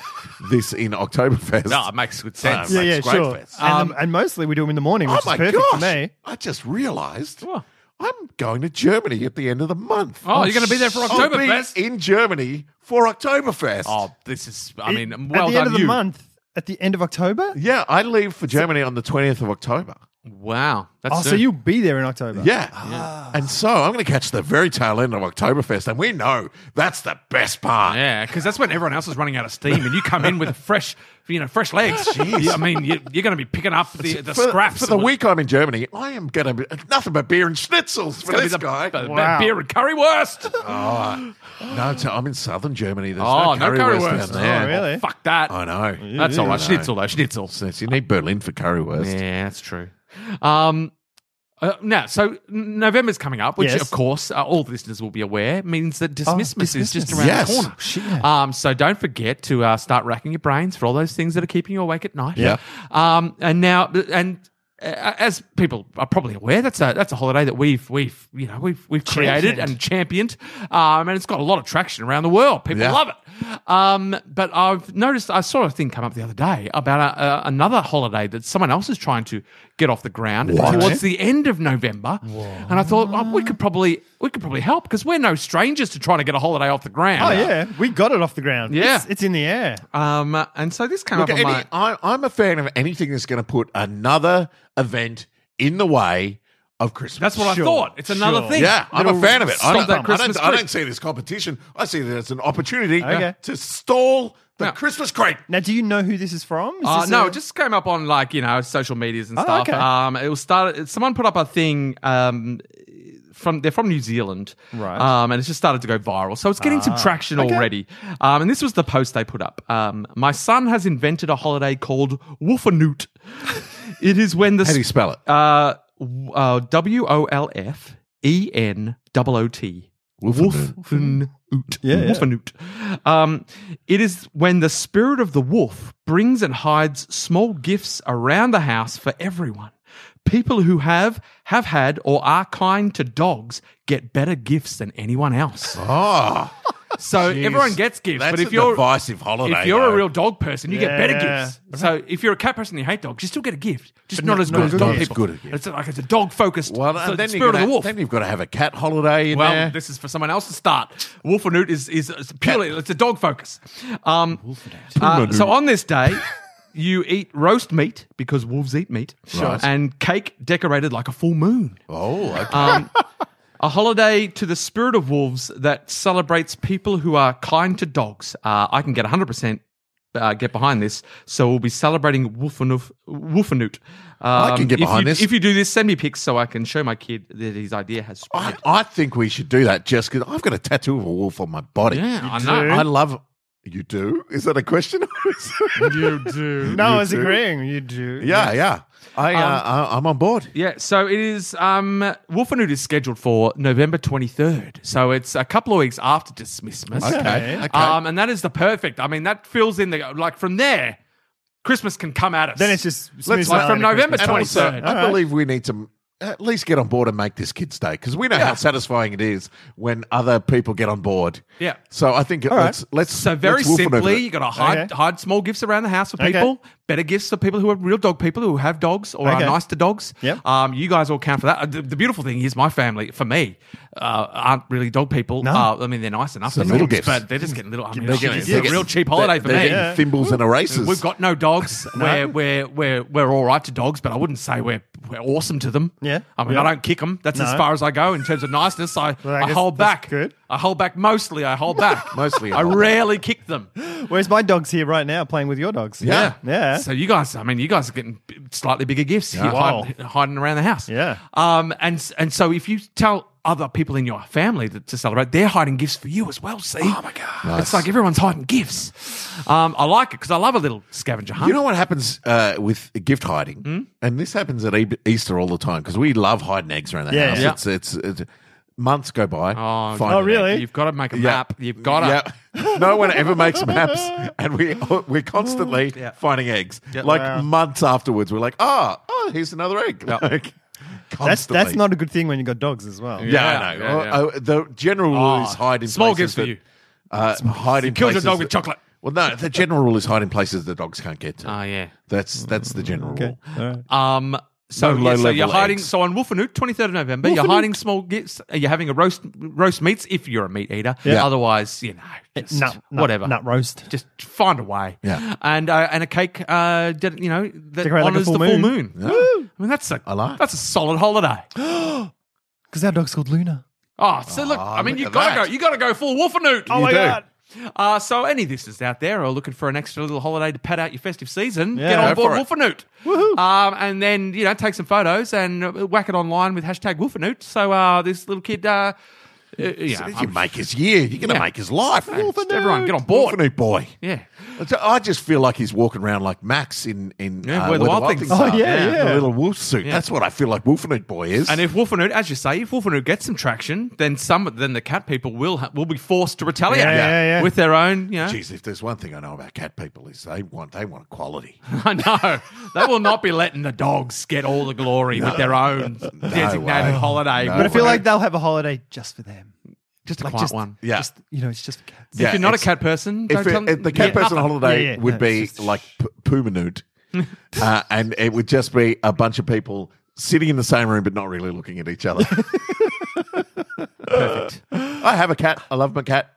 S1: this in Oktoberfest.
S3: No, Ah, it makes good sense.
S1: Yeah,
S4: Yeah,
S1: That's
S4: yeah,
S1: great
S4: sure.
S1: fest.
S4: And,
S3: Um,
S4: the- and mostly we do them in the morning, which
S1: oh my
S4: is perfect
S1: gosh!
S4: for me.
S1: I just realised
S3: What?
S1: I'm going to Germany at the end of the month.
S3: Oh, you're going to be there for
S1: I'll be
S3: Oktoberfest?
S1: in Germany for Oktoberfest.
S3: Oh, this is, I mean,
S4: It-
S3: well
S4: at the
S3: done,
S4: end of the
S3: you.
S4: month, at the end of October.
S1: Yeah, I leave for Germany on the 20th of October.
S3: Wow. That's
S4: Oh, so
S3: soon.
S4: you'll be there in October.
S1: Yeah.
S3: Ah.
S1: And so I'm going to catch the very tail end of Oktoberfest, and we know that's the best part.
S3: Yeah, because that's when everyone else is running out of steam, and you come in with a fresh, you know, fresh legs. Yeah, I mean, you, you're going to be picking up the, the
S1: For,
S3: scraps
S1: for the
S3: that was-
S1: week I'm in Germany, I am going to be nothing but beer and schnitzels for
S3: gonna be
S1: this
S3: the-
S1: guy.
S3: the- the
S4: Wow.
S3: beer and currywurst.
S1: No, so I'm in southern Germany. There's
S3: Oh,
S1: no
S3: no
S1: currywurst,
S3: currywurst.
S1: down there.
S4: Oh, really?
S3: Fuck that.
S1: I know.
S3: That's all
S1: I
S3: right.
S1: know.
S3: Schnitzel though. Schnitzel.
S1: You need Berlin for currywurst.
S3: Yeah, that's true. Um, uh, now, so November's coming up, which,
S4: Yes.
S3: of course, uh, all the listeners will be aware means that
S4: Oh,
S3: Dismissmas is just
S4: Dismissmas.
S3: around
S1: Oh, Yes.
S3: the
S4: Oh,
S3: corner. Um, so don't forget to uh, start racking your brains for all those things that are keeping you awake at night.
S1: Yeah.
S3: Um, and now, and uh, as people are probably aware, that's a that's a holiday that we've we've you know we've we've created
S4: Championed.
S3: and championed, um, and it's got a lot of traction around the world. People
S1: Yeah.
S3: love it. Um, but I've noticed I saw a thing come up the other day about a, a, another holiday that someone else is trying to get off the ground
S1: What?
S3: towards the end of November, and I thought oh, we could probably we could probably help because we're no strangers to trying to get a holiday off the ground.
S4: Oh yeah, we got it off the ground.
S3: Yeah.
S4: it's, it's in the air.
S3: Um, and so this came
S1: Look,
S3: up on
S1: any,
S3: my.
S1: I, I'm a fan of anything that's going to put another event in the way of Christmas.
S3: That's what
S4: Sure,
S3: I thought. It's another
S4: sure.
S3: thing.
S1: yeah, I'm a
S4: Little
S1: fan of it. I
S3: stop
S1: don't,
S3: that
S1: I, don't,
S3: Christmas
S1: I don't
S3: creep.
S1: see it as competition. I see that it's an opportunity
S4: Okay.
S1: to stall the
S3: Yeah.
S1: Christmas crate.
S4: Now, do you know who this is from? Is
S3: Uh,
S4: this
S3: no,
S4: a-
S3: it just came up on like you know social medias and
S4: Oh,
S3: stuff.
S4: okay.
S3: Um, it was started. Someone put up a thing. Um, from they're from New Zealand,
S4: Right.
S3: Um, and it's just started to go viral, so it's getting some traction already. Um, and this was the post they put up. Um, my son has invented a holiday called Woofanoot. it is when the
S1: How do you spell it?
S3: uh, w- uh, W O L F E N O O T.
S1: Wolfenoot.
S3: Wolfenoot.
S4: Yeah, yeah.
S3: Wolfenoot. Um, it is when the spirit of the wolf brings and hides small gifts around the house for everyone. People who have, have had, or are kind to dogs get better gifts than anyone else. Ah.
S1: Oh,
S3: So everyone gets gifts,
S1: that's
S3: but if
S1: a
S3: you're
S1: divisive holiday.
S3: if you're
S1: though.
S3: a real dog person, you get better
S4: Yeah.
S3: gifts. So if you're a cat person, and you hate dogs, you still get a gift, just not, as
S4: not
S3: good as
S4: good
S3: dog
S4: as
S3: people.
S1: good a gift.
S3: It's like it's a dog focused.
S1: well,
S3: so
S1: and then,
S3: the
S1: you're
S3: spirit of
S1: gonna,
S3: the wolf.
S1: then you've got to have a cat holiday in
S3: well,
S1: there.
S3: this is for someone else to start. Wolf and Newt is is is purely it's a dog focus. Um, uh, so on this day. You eat roast meat because wolves eat meat,
S1: Right.
S3: and cake decorated like a full moon.
S1: oh, okay.
S3: Uh, Um, A holiday to the spirit of wolves that celebrates people who are kind to dogs. Uh, I can get 100% uh, get behind this. So we'll be celebrating Wolfenoof, Wolfenoot. Um, I
S1: can get behind this.
S3: If you do this, send me pics so I can show my kid that his idea has
S1: I,
S3: spread.
S1: I think we should do that just because I've got a tattoo of a wolf on my body.
S3: Yeah, I
S1: I,
S3: know.
S1: love. You do? Is that a question?
S3: You do.
S4: no, I
S1: you
S4: was
S1: do.
S4: agreeing. You do.
S1: yeah, yeah. I,
S3: Um,
S1: uh, I I'm on board.
S3: Yeah, so it is. Um, Wolfenoot is scheduled for November 23rd. So it's a couple of weeks after Dismissmas.
S1: Okay, okay.
S4: Okay.
S3: Um, and that is the perfect. I mean, that fills in the. Like from there, Christmas can come at us.
S4: Then it's just smooth
S3: like
S4: sailing
S3: from
S4: to
S3: November
S4: Christmas.
S1: and also,
S3: 23rd.
S1: I believe we need to at least get on board and make this kid's day because we know how satisfying it is when other people get on board.
S3: Yeah.
S1: So I think let's let's
S3: So very
S1: let's wolf it over
S3: simply,
S1: it.
S3: you got to hide
S4: Okay.
S3: hide small gifts around the house for
S4: Okay.
S3: people. Better gifts for people who are real dog people who have dogs or are
S4: Okay.
S3: nice to dogs.
S4: Yep.
S3: Um, you guys all count for that. Uh, The, the beautiful thing is, my family for me uh, aren't really dog people.
S4: No.
S3: Uh, I mean, they're nice enough,
S1: So
S3: they're
S1: little
S3: gifts,
S1: gifts.
S3: but they're just getting little. I mean,
S1: They're
S3: it's
S1: getting-
S3: just
S1: they're
S3: a
S1: getting-
S3: real cheap holiday for
S1: they're
S3: me.
S1: getting Thimbles and erasers.
S3: We've got no dogs. We're, we're, we're, we're all right to dogs, but I wouldn't say we're, we're awesome to them.
S4: Yeah, Yeah.
S3: I mean, I
S4: Yeah.
S3: don't kick them. That's as
S4: No.
S3: far as I go in terms of niceness. I,
S4: Well, I
S3: I,
S4: guess
S3: hold
S4: that's
S3: back.
S4: good.
S3: I hold back mostly. I hold back.
S1: Mostly,
S3: I
S1: oh.
S3: rarely kick them.
S4: Whereas my dog's here right now playing with your dogs.
S1: Yeah.
S4: Yeah.
S3: So you guys, I mean, you guys are getting b- slightly bigger gifts. You're
S4: Wow.
S3: hiding, hiding around the house.
S4: Yeah.
S3: Um. And s- and so if you tell other people in your family that, to celebrate, they're hiding gifts for you as well. See. Oh my god. It's
S1: Nice.
S3: like everyone's hiding gifts. Um. I like it because I love a little scavenger hunt.
S1: You know what happens uh, with gift hiding,
S3: Hmm?
S1: and this happens at E- Easter all the time because we love hiding eggs around the
S4: Yeah.
S1: house.
S4: Yeah.
S1: It's, it's it's months go by.
S3: Oh,
S1: find
S4: Oh,
S1: an egg.
S4: really?
S3: You've got to make a
S1: Yeah.
S3: map. You've got to.
S1: Yeah. No one ever makes maps, and we we're constantly finding eggs. Like
S4: Wow.
S1: months afterwards, we're like, oh, oh, here's another egg. Like,
S4: That's
S1: constantly.
S4: that's not a good thing when you got dogs as well.
S1: Yeah,
S3: Yeah,
S1: I
S3: yeah,
S1: know.
S3: yeah.
S1: Uh, the general rule is
S3: Oh,
S1: hide in
S3: small
S1: places
S3: gifts for
S1: that-
S3: you.
S1: Uh, hide in
S3: Kills your
S1: places
S3: dog with
S1: that-
S3: chocolate.
S1: Well, no. The general rule is hide in places the dogs can't get to.
S3: Oh yeah.
S1: That's that's the general rule.
S4: All right.
S3: Um. So,
S1: No
S3: yeah, so
S1: low-level
S3: you're hiding.
S1: eggs.
S3: So on Wolfenoot, 23rd of November, you're hiding small gifts. You're having a roast roast meats if you're a meat eater.
S1: Yeah.
S3: Otherwise, you know, just
S4: Eh, Nut, nut-
S3: whatever.
S4: Nut roast.
S3: Just find a way.
S1: Yeah.
S3: And uh, and a cake. Uh, that, you know that
S4: Decorate like a
S3: honors
S4: full
S3: the full moon.
S4: moon.
S3: I mean, that's a
S1: I like.
S3: that's a solid holiday.
S4: Because our dog's called Luna.
S3: Oh, so look. I
S1: Ah,
S3: mean,
S1: look
S3: you
S1: at
S3: gotta
S1: that.
S3: go. You gotta go full Wolfenoot.
S4: Oh my
S1: do.
S4: god.
S3: Uh, so any listeners out there are looking for an extra little holiday to pad out your festive season,
S4: Yeah.
S3: get on
S1: Go
S3: board
S1: for
S3: Wolfenoot. Woohoo. Um, and then, you know, take some photos and uh, whack it online with hashtag Wolfenoot. So uh, this little kid, uh, uh, you know,
S1: Did you
S3: I'm-
S1: make his year. You're going to
S3: Yeah.
S1: make his life.
S3: Wolfenoot. everyone get on board.
S1: Wolfenoot boy.
S3: yeah.
S1: I just feel like he's walking around like Max in in uh,
S3: Yeah, Where the Wild Things
S4: Are. Oh, yeah, yeah.
S1: a little wolf suit.
S3: Yeah.
S1: That's what I feel like Wolfenoot boy is.
S3: And if Wolfenoot, as you say, if Wolfenoot gets some traction, then some, then the cat people will ha- will be forced to retaliate
S4: Yeah, yeah, yeah.
S3: with their own, you know.
S1: Jeez, if there's one thing I know about cat people is they want they want quality.
S3: I know they will not be letting the dogs get all the glory with their own designated
S1: way.
S3: holiday.
S1: No
S4: But I feel
S1: way.
S4: like they'll have a holiday just for them.
S3: just a
S4: Like
S3: quiet
S4: just
S3: one.
S1: Yeah.
S4: Just, you know, it's just for cats.
S1: Yeah,
S3: if you're not a
S1: it's-
S3: cat person, don't
S1: if, it-
S3: tell
S1: if the cat
S3: yeah.
S1: person holiday
S4: Yeah, yeah.
S1: would
S4: No,
S1: be
S4: it's just-
S1: like P- Pumanoot, uh, and it would just be a bunch of people sitting in the same room but not really looking at each other.
S3: Perfect.
S1: I have a cat. I love my cat.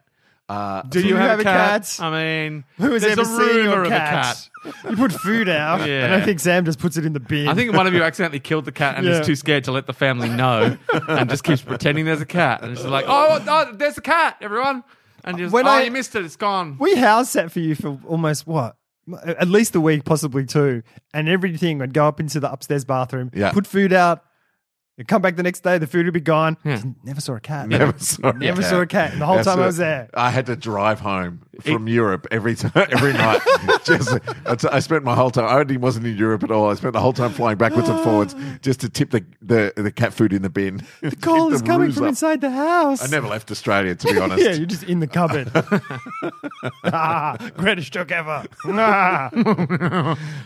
S1: Uh,
S4: Do you have a cat?
S3: I mean,
S4: Who has
S3: there's
S4: ever
S3: a
S4: seen
S3: rumor
S4: your
S3: of
S4: cat? You put food out,
S3: Yeah.
S4: and I think Sam just puts it in the bin.
S3: I think one of you accidentally killed the cat and
S4: Yeah.
S3: is too scared to let the family know and just keeps pretending there's a cat. And she's like, oh, oh, there's a cat, everyone. And you're just,
S4: When
S3: oh,
S4: I-
S3: you missed it. It's gone.
S4: we house sat for you for almost what? At least a week, possibly two. And everything would go up into the upstairs bathroom,
S1: Yeah.
S4: put food out, and come back the next day, the food would be gone.
S3: Yeah.
S4: Never saw a cat.
S1: Never saw a
S4: Never
S1: cat.
S4: saw a cat the whole
S1: That's
S4: time I
S1: it.
S4: was there.
S1: I had to drive home from Europe every time, every night. just, I t- I spent my whole time. I only wasn't in Europe at all. I spent the whole time flying backwards and forwards just to tip the, the, the cat food in the bin.
S4: The call is coming from inside the house.
S1: I never left Australia, to be honest.
S4: Yeah, you're just in the cupboard. ah, greatest joke ever. Ah.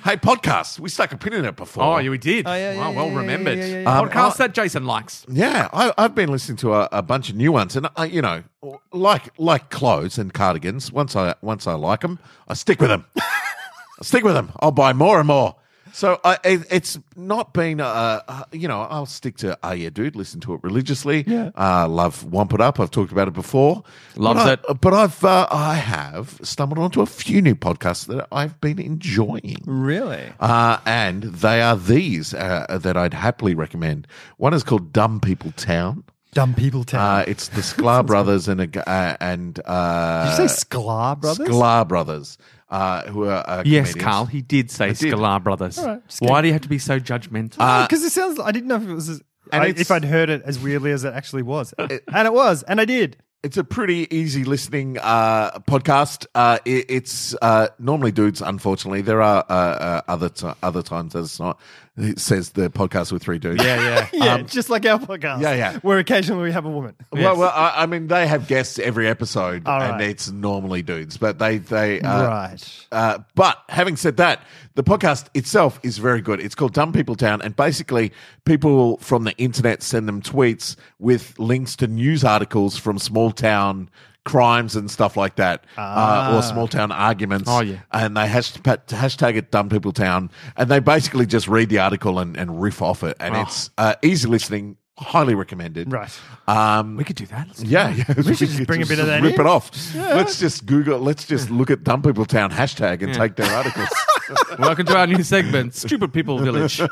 S1: Hey, podcasts. We stuck a pin in it before.
S3: Oh, yeah, we did.
S4: Oh, yeah, yeah,
S3: wow,
S4: yeah,
S3: well
S4: yeah, yeah,
S3: remembered.
S4: yeah, yeah,
S1: yeah.
S3: Podcast
S1: Um,
S3: that Jason likes.
S1: Yeah, I, I've been listening to a, a bunch of new ones, and I, you know, like like clothes and cardigans. Once I once I like them, I stick with them. I stick with them. I'll buy more and more. So I, it, it's not been, uh, uh, you know, I'll stick to Oh Yeah Dude, listen to it religiously.
S4: Yeah.
S1: Uh, love Wump It Up. I've talked about it before.
S3: Loves
S1: but
S3: it.
S1: I, But I've, uh, I have stumbled onto a few new podcasts that I've been enjoying.
S4: really?
S1: Uh, and they are these uh, that I'd happily recommend. One is called Dumb People Town.
S4: Dumb people town.
S1: Uh, it's the Sklar brothers and a, g- uh, and uh,
S4: Did you say Sklar brothers?
S1: Sklar brothers, uh, who are uh,
S3: Yes,
S1: comedians.
S3: Carl, he did say
S1: did.
S3: Scalar Brothers.
S4: right, just Uh,
S3: Why do you have to be so judgmental?
S4: Because it sounds. I didn't know if it was. I,
S1: it's-
S4: if I'd heard it as weirdly as it actually was, and it was, and I did.
S1: It's a pretty easy listening uh, podcast. Uh, it, it's uh, normally dudes. Unfortunately, there are uh, uh, other t- other times that it's not. It says the podcast with three dudes.
S3: yeah.
S4: Yeah, just like our podcast.
S1: yeah, yeah. Uh,
S4: Where occasionally we have a woman.
S1: Well, well, I, I mean, they have guests every episode,
S4: All
S1: and
S4: right.
S1: it's normally dudes, but they they uh,
S4: right.
S1: Uh, but having said that, the podcast itself is very good. It's called Dumb People Town, and basically, people from the internet send them tweets with links to news articles from small town crimes and stuff like that, uh, or small town arguments.
S3: Ah. Oh, yeah.
S1: and they hashtag, hashtag it Dumb People Town, and they basically just read the article and, and riff off it,
S3: Oh.
S1: and it's uh, easy listening. Highly recommended.
S4: Right.
S1: Um,
S3: we could do that. Let's do
S1: yeah, yeah. We,
S4: should just bring a bit of that
S1: Rip
S4: in.
S1: it off. Let's just Google. Let's just look at Dumb People Town hashtag and take their articles.
S3: that. Welcome to our new segment, Stupid People Village.
S1: Uh,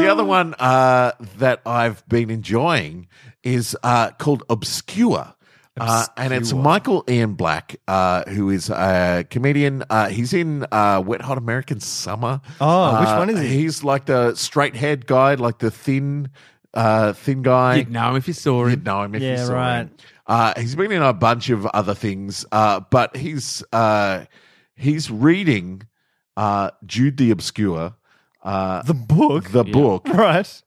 S1: the other one uh, that I've been enjoying is uh, called Obscure. Uh, and it's Michael Ian Black, uh, who is a comedian. Uh, he's in uh, Wet Hot American Summer.
S4: Oh, which
S1: Uh,
S4: one is he?
S1: He's like the straight haired guy, like the thin, uh, thin guy.
S3: You'd know if you saw
S1: You'd
S3: him.
S1: know him if
S4: Yeah,
S1: you saw
S4: right.
S1: him. Uh, he's been in a bunch of other things, uh, but he's uh, he's reading uh, Jude the Obscure, uh,
S4: The book.
S1: the book
S4: Right.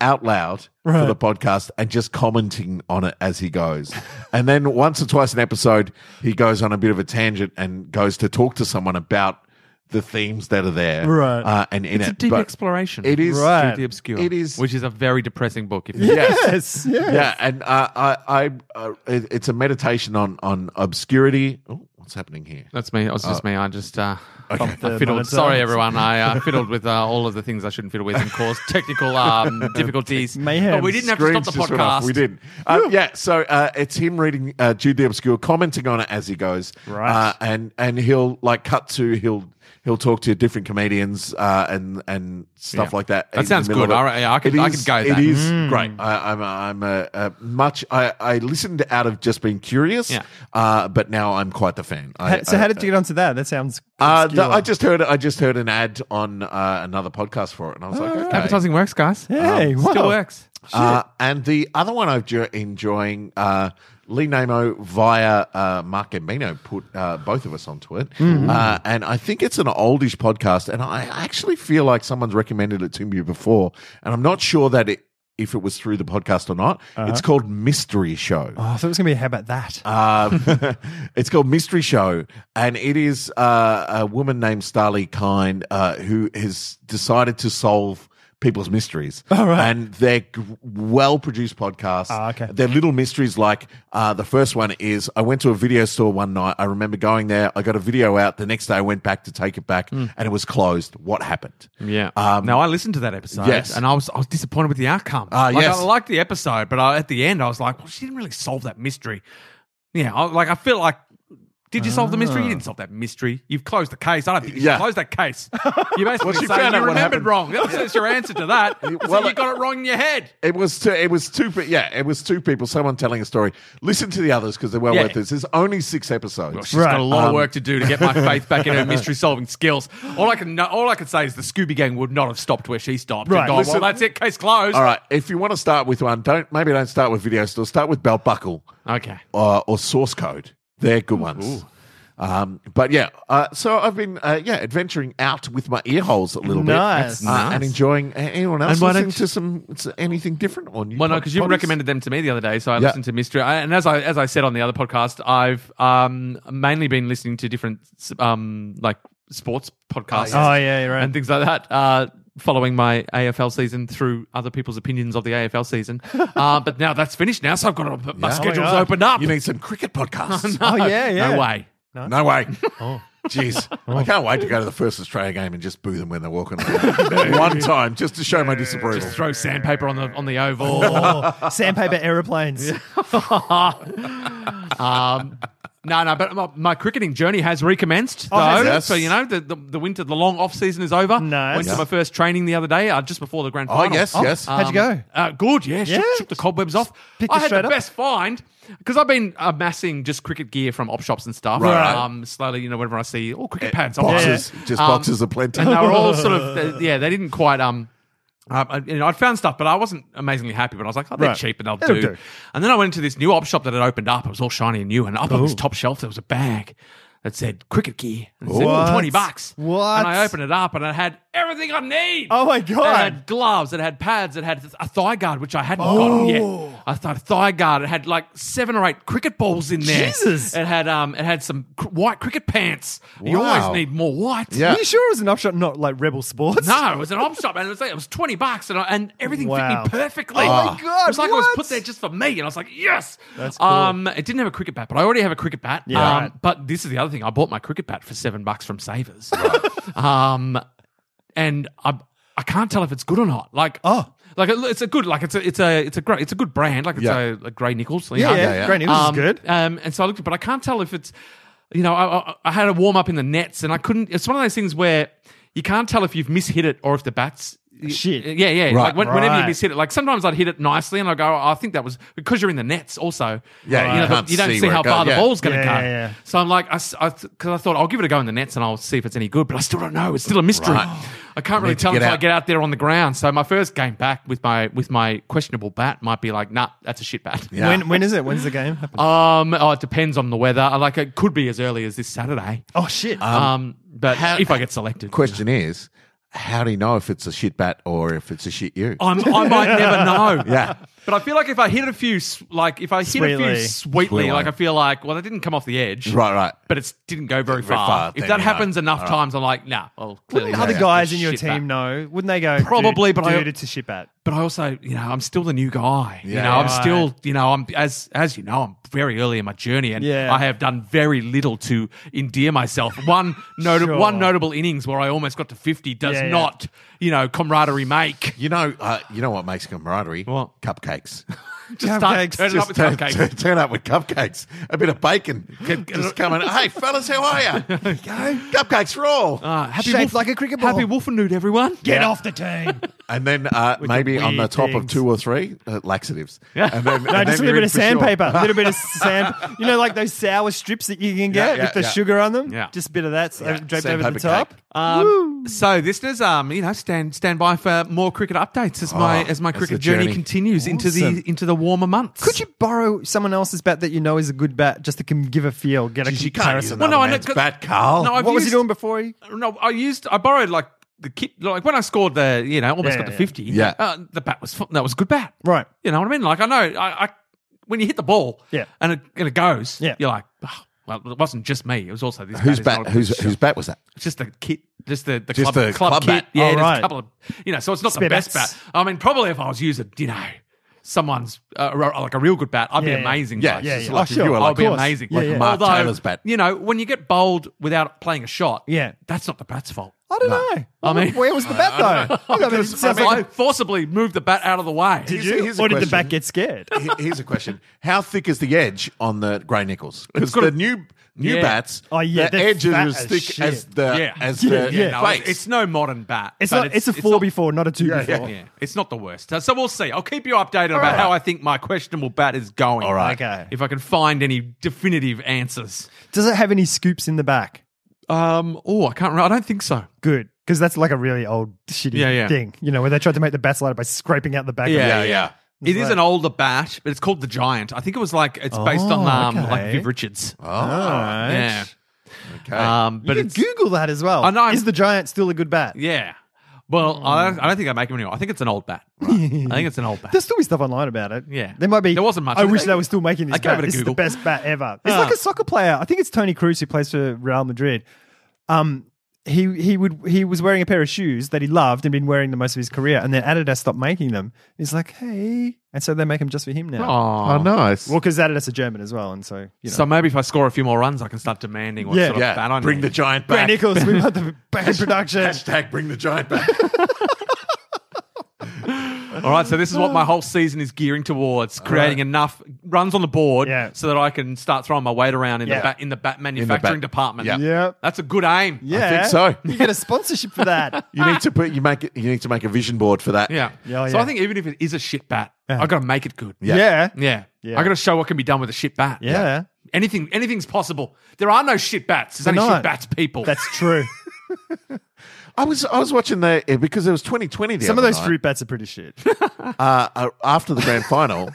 S1: out loud for
S4: Right.
S1: the podcast and just commenting on it as he goes. and then once or twice an episode, he goes on a bit of a tangent and goes to talk to someone about the themes that are there,
S4: Right.
S1: Uh, and in
S3: It's
S1: it,
S3: a deep
S1: But
S3: exploration.
S1: It is
S4: Right.
S3: Through the obscure.
S1: It is-
S3: which is a very depressing book. If you
S1: Yes.
S4: Yes. Yeah.
S1: Yeah, and uh, I, I, uh, it- it's a meditation on on obscurity. Oh, what's happening here?
S3: that's me. That was just me. I just uh,
S1: Okay.
S4: The
S3: fiddled.
S4: monitor.
S3: Sorry, everyone. I uh, fiddled with uh, all of the things I shouldn't fiddle with and caused technical um, difficulties.
S4: Mayhem.
S3: But we didn't have to stop
S1: Screens
S3: the
S1: just went off.
S3: podcast.
S1: We didn't. Uh, yeah, so uh, it's him reading uh, Jude the Obscure, commenting on it as he goes,
S4: Right.
S1: Uh, and and he'll like cut to he'll he'll talk to different comedians uh, and and stuff
S3: Yeah.
S1: like that.
S3: That
S1: in the
S3: sounds
S1: middle
S3: good.
S1: of it.
S3: I- yeah, I could-
S1: It
S3: I could
S1: is-
S3: go
S1: It
S3: that. Mm.
S1: is great. I, I'm I'm a, a much I, I listened out of just being curious,
S3: Yeah.
S1: uh, but now I'm quite the fan. I,
S4: Ha- So
S1: I-
S4: how did you get onto that? That sounds.
S1: Uh,
S4: obscure.
S1: th- I just heard I just heard an ad on uh, another podcast for it, and I was like, okay.
S3: Advertising works, guys. Um,
S4: Hey, wow.
S3: Still works.
S1: Uh, and the other one I've ju- enjoying, uh, Lee Namo via uh, Mark Gambino put uh, both of us onto it. Uh, and I think it's an oldish podcast. And I actually feel like someone's recommended it to me before. And I'm not sure that it, if it was through the podcast or not. It's called Mystery Show.
S4: Oh, so it's gonna be how about that?
S1: Um, it's called Mystery Show, and it is uh, a woman named Starly Kind uh, who has decided to solve people's mysteries.
S4: Oh, right.
S1: And they're g- well-produced podcasts.
S4: Ah, okay.
S1: They're little mysteries. Like uh, the first one is, I went to a video store one night. I remember going there. I got a video out. The next day, I went back to take it back,
S4: Hmm.
S1: and it was closed. What happened?
S3: Yeah.
S1: Um,
S3: no, I listened to that episode.
S1: Yes.
S3: And I was I was disappointed with the outcome.
S1: Ah,
S3: like,
S1: yes.
S3: I liked the episode, but I, at the end I was like, well, she didn't really solve that mystery. Yeah. I, like I feel like. Did you solve the mystery? You didn't solve that mystery. You've closed the case. I don't think you
S1: Yeah.
S3: should close that case. You basically
S1: she
S3: say
S1: found
S3: you
S1: out what
S3: remembered
S1: happened.
S3: wrong. That's, that's your answer to that.
S1: well,
S3: so you
S1: it-
S3: got it wrong in your head.
S1: It was two. It was two. pe- Yeah, it was two people. Someone telling a story. Listen to the others because they're well
S3: Yeah.
S1: worth this. There's only six episodes.
S3: She's
S4: Right.
S3: got a lot
S1: Um,
S3: of work to do to get my faith back in her mystery solving skills. All I can know, all I can say is the Scooby Gang would not have stopped where she stopped.
S4: Right.
S3: And gone,
S1: Listen-
S3: well, that's it. Case closed.
S1: All right. If you want to start with one, don't maybe don't start with video store. Start with belt buckle
S3: Okay.
S1: uh, or source code. They're good ones. Um, but yeah, uh, so I've been uh, yeah adventuring out with my ear holes a little
S4: Nice.
S1: bit uh,
S3: Nice.
S1: and enjoying a- anyone else
S3: And why
S1: listening
S3: don't
S1: to some to anything different on you.
S3: Well, no, because you recommended them to me the other day, so I
S1: Yeah.
S3: listened to Mystery. I, and as I as I said on the other podcast, I've um, mainly been listening to different um, like sports podcasts.
S4: Oh, yeah, you're right.
S3: and things like that. Uh, following my AFL season through other people's opinions of the AFL season. uh, but now that's finished now, so I've got to, my
S1: Yeah.
S3: schedule's
S4: Oh my God.
S3: opened up.
S1: you need some cricket podcasts.
S4: oh yeah, yeah.
S3: No way.
S1: No way. Oh. Jeez, I can't wait to go to the first Australia game and just boo them when they're walking around. one time, just to show my disapproval.
S3: Just throw sandpaper on the on the oval.
S4: Oh, sandpaper aeroplanes.
S3: um, no, no, but my, my cricketing journey has recommenced. Though,
S4: Oh, has it?
S1: Yes.
S3: So you know the, the the winter, the long off season is over.
S4: Nice.
S3: Went
S4: Yeah.
S3: to my first training the other day, uh, just before the grand
S1: Oh
S3: final.
S1: yes, yes.
S4: How'd you go?
S3: Uh, good, yeah.
S4: Yeah?
S3: Shook, shook the cobwebs off.
S4: picked
S3: I
S4: it
S3: had
S4: straight
S3: the
S4: up?
S3: best find because I've been amassing just cricket gear from op shops and stuff.
S1: Right.
S3: Um, slowly, you know, whenever I see oh cricket
S4: Eh,
S3: pads, I'll buy them.
S1: boxes, just
S3: Um,
S1: boxes of plenty.
S3: and they were all sort of yeah they didn't quite um uh, I- you know, I'd found stuff, but I wasn't amazingly happy. But I was like, "Oh, they're
S4: Right.
S3: cheap and they'll
S4: It'll
S3: do.
S4: do.
S3: And then I went into this new op shop that had opened up. It was all shiny and new. And up on this top shelf, there was a bag that said cricket gear. And it said
S4: What?
S3: twenty bucks.
S4: What?
S3: And I opened it up, and it had everything I need.
S4: Oh my God.
S3: It had gloves. It had pads. It had a thigh guard, which I hadn't
S4: Oh.
S3: gotten yet. I thought thigh guard. It had like seven or eight cricket balls in there.
S4: Jesus.
S3: It had um. It had some cr- white cricket pants. You
S1: Wow.
S3: always need more white.
S1: Yeah.
S4: Are you sure it was an upshot, not like Rebel Sports?
S3: No, it was an op shop, and it was, like, it was twenty bucks, and, I, and everything
S4: Wow.
S3: fit me perfectly.
S4: Oh my God,
S3: It was like it was
S4: what?
S3: put there just for me, and I was like, yes.
S4: That's cool.
S3: Um, it didn't have a cricket bat, but I already have a cricket bat.
S4: Yeah.
S3: Um, but this is the other thing. I bought my cricket bat for seven bucks from Savers. um, and I I can't tell if it's good or not. Like
S4: Oh.
S3: Like it- it's a good, like it's a it's a it's a great it's a good brand, like it's
S1: Yeah.
S3: a, a Grey Nichols. you
S4: Yeah,
S3: know?
S4: yeah,
S1: yeah.
S4: great news
S3: um,
S4: is good.
S3: Um, and so I looked, but I can't tell if it's, you know, I, I, I had a warm up in the nets, and I couldn't. It's one of those things where you can't tell if you've mishit it or if the bats
S4: Shit.
S3: Yeah, yeah.
S1: Right.
S3: like when, whenever
S4: Right.
S3: you miss hit it, like sometimes I'd hit it nicely and I go, oh, I think that was because you're in the nets also.
S1: Yeah,
S3: you,
S1: you
S3: know,
S1: can't
S3: the, you don't
S1: see
S3: see,
S1: where
S3: how
S1: it goes.
S3: far
S1: Yeah.
S3: the ball's going to
S4: Yeah,
S3: go.
S4: yeah, yeah.
S3: So I'm like, because I, because I thought I'll give it a go in the nets and I'll see if it's any good, but I still don't know. It's still a mystery.
S1: Right.
S3: I can't really
S1: need to
S3: tell
S1: get
S3: until I
S1: out.
S3: get out there on the ground. So my first game back with my with my questionable bat might be like, nah, that's a shit bat.
S1: Yeah.
S4: When, when is it? When's the game happen?
S3: Um, oh, it depends on the weather. I Like it could be as early as this Saturday.
S4: Oh, shit.
S3: Um, but if I get selected,
S1: Question is, how do you know if it's a shit bat or if it's a shit you?
S4: Oh.
S3: I'm, I might never know.
S1: Yeah.
S3: But I feel like if I hit a few, s- like if I hit a
S4: Sweetly.
S3: few sweetly,
S1: Sweetly.
S3: like I feel like, well, that didn't come off the edge,
S1: Right, right.
S3: But it didn't go very,
S1: Very
S3: far.
S1: far,
S3: If
S1: then
S3: that
S1: you know.
S3: happens enough
S1: All right.
S3: times, I'm like, nah. Well, clearly
S4: Other
S3: that's
S4: guys
S3: a
S4: in your
S3: shit
S4: team
S3: bat.
S4: know. Wouldn't they go,
S3: Probably,
S4: dude,
S3: but I-
S4: dude, it's a shit bat.
S3: But I also, you know, I'm still the new guy. you
S1: Yeah.
S3: know, I'm
S1: Right.
S3: still, you know, I'm as as you know, I'm very early in my journey, and
S4: Yeah.
S3: I have done very little to endear myself. One notable,
S4: Sure.
S3: one notable innings where I almost got to fifty does
S4: Yeah, yeah.
S3: not, you know, camaraderie make.
S1: You know, uh, you know what makes camaraderie?
S3: What?
S1: Cupcakes.
S3: Just start
S4: Cupcakes,
S3: turning up
S1: Just
S3: with
S1: turn,
S3: cupcakes.
S1: turn- turn up with cupcakes, a bit of bacon. Just coming. Hey, fellas, how are you? cupcakes for all.
S3: Uh, happy
S4: Shaped like a cricket ball.
S3: Happy Wolfenude, everyone.
S4: Get off the team.
S1: and then uh, maybe on the
S4: weird
S1: top of
S4: things.
S1: two or three uh, laxatives.
S3: Yeah.
S1: And then,
S4: No,
S1: and
S4: just a
S1: then
S4: little
S1: you're
S4: bit
S1: in
S4: of
S1: for sure.
S4: sandpaper, a little bit of sand. You know, like those sour strips that you can
S1: Yeah,
S4: get
S1: yeah,
S4: with the
S1: yeah.
S4: sugar on them.
S3: Yeah.
S4: just a bit of that so
S1: Yeah,
S4: draped over
S1: sandpaper
S4: the top. Ah,
S1: cake.
S3: Um, so listeners, um, you know, stand stand by for more cricket updates as my
S1: Oh,
S3: as my
S1: that's
S3: cricket
S1: the
S3: journey.
S1: journey.
S3: continues into
S4: Awesome.
S3: the into the warmer months.
S4: Could you borrow someone else's bat that you know is a good bat just to com- give a feel, get a
S1: Jeez, you can't use
S4: comparison?
S3: Well,
S1: another
S3: no, I know-
S1: man's
S3: 'cause-
S1: bat, Carl.
S3: No, I've
S4: what was he
S3: used-
S4: doing before? He-
S3: No, I used I borrowed like the kit like when I scored the you know almost
S4: Yeah,
S3: got the
S4: yeah.
S3: fifty.
S1: Yeah.
S3: uh, the bat was fu- that was a good bat.
S4: Right.
S3: You know what I mean? Like I know I, I when you hit the ball.
S4: Yeah.
S3: and it, and it goes.
S4: Yeah.
S3: you're like. "Oh, well, it wasn't just me. It was also this.
S1: whose
S3: is
S1: bat?
S3: not a-
S1: Whose whose bat was that?
S3: It's just the kit, just the, the
S1: Just
S3: club,
S1: the
S3: club,
S1: club
S3: kit.
S1: bat.
S3: Yeah,
S4: Oh,
S3: just
S4: right.
S3: a couple of, you know, so it's not
S4: Spare
S3: the best
S4: bats.
S3: bat. I mean, probably if I was using, you know, someone's, uh, ro- like a real good bat, I'd
S4: Yeah,
S3: be
S4: yeah.
S3: amazing.
S1: Yeah,
S3: guys.
S1: yeah,
S3: Just
S1: yeah.
S3: Like,
S1: Oh, sure.
S3: I'll
S1: Like
S3: be
S1: course.
S3: amazing.
S4: Yeah,
S3: Like
S4: yeah.
S1: Mark
S3: Although,
S1: Taylor's bat.
S3: You know, when you get bowled without playing a shot,
S4: Yeah.
S3: that's not the bat's fault.
S4: I don't
S1: No.
S4: know.
S3: I mean-
S4: where was the bat though? I mean, it
S1: Because, I
S4: sounds
S1: mean,
S4: like
S3: I forcibly moved the bat out of the way.
S4: did
S1: here's
S4: you,
S1: a- here's a
S4: or did the
S1: question.
S4: bat get scared?
S1: He- Here's a question: How thick is the edge on the grey nickels? Because
S3: got
S1: the
S3: a-
S1: new new
S3: Yeah.
S1: bats,
S4: Oh, yeah,
S1: the
S4: they're
S1: edge is
S4: fat
S1: as
S4: as
S1: thick
S4: shit.
S1: as the
S3: Yeah.
S1: uh, as
S4: Yeah,
S1: the
S4: yeah.
S3: No,
S1: face.
S3: it's, it's no modern bat.
S4: It's
S3: but
S4: not. It's, a four
S3: not-
S4: before, not a two before.
S1: yeah.
S3: Yeah, it's not the worst. Uh, So we'll see. I'll keep you updated about how I think my questionable bat is going.
S1: All right.
S4: Okay.
S3: If I can find any definitive answers.
S4: Does it have any scoops in the back?
S3: Um. Oh, I can't. re- I don't think so.
S4: Good, because that's like a really old shitty
S3: Yeah, yeah.
S4: thing. You know, where they tried to make the bats lighter by scraping out the back. of
S1: yeah,
S4: it.
S1: yeah.
S3: It
S4: Right.
S3: is an older bat, but it's called the Giant. I think it was like it's based
S4: Oh,
S3: on um
S4: okay.
S3: like Viv Richards.
S1: Oh,
S3: Yeah.
S1: okay.
S3: Um.
S4: You
S3: But
S4: could
S3: it's
S4: Google that as well.
S3: I know, I'm-
S4: Is the giant still a good bat?
S3: yeah. Well,
S1: Hmm.
S3: I don't, I don't think I make him anymore. I think it's an old bat. I think it's an old bat.
S4: There's still be stuff online about it.
S3: Yeah.
S4: There might be.
S3: There wasn't much.
S4: I wish they were still making this
S3: I gave
S4: bat.
S3: it a
S4: This
S3: Google.
S4: is the best bat ever. It's
S3: Ah.
S4: like a soccer player. I think it's Tony Cruz who plays for Real Madrid. Um, he he would he was wearing a pair of shoes that he loved and been wearing the most of his career, and then Adidas stopped making them. He's like, hey, and so they make them just for him now.
S3: Aw.
S1: nice.
S4: Well, because Adidas are German as well, and so you know.
S3: Oh. So maybe if I score a few more runs, I can start demanding what
S4: Yeah.
S3: sort of bat
S1: yeah,
S3: I
S1: bring
S3: need.
S1: the giant
S4: Brad
S1: back.
S4: Nichols, we want the back in production.
S1: Hashtag bring the giant back.
S3: All right, so this is what my whole season is gearing towards: creating enough runs on the board
S4: Yeah.
S3: so that I can start throwing my weight around in
S4: Yeah.
S3: the bat in the bat manufacturing department.
S1: Yeah.
S4: Yeah.
S3: that's a good aim.
S4: Yeah,
S1: think so.
S4: You get a sponsorship for that.
S1: You need to put you make it, you need to make a vision board for that.
S3: yeah.
S4: Yeah,
S3: so
S4: yeah.
S3: I think even if it is a shit bat, I got to make it good.
S1: Yeah.
S4: yeah.
S3: yeah.
S4: Yeah.
S3: I got to show what can be done with a shit bat.
S4: Yeah.
S3: anything, anything's possible. There are no shit bats. There's
S4: They're
S3: only
S4: not.
S3: shit bats people.
S4: That's true.
S1: I was I was watching the eh, because it was 2020. The
S4: Some of
S1: other
S4: those
S1: night,
S4: fruit bats are pretty shit.
S1: uh, uh, after the grand final.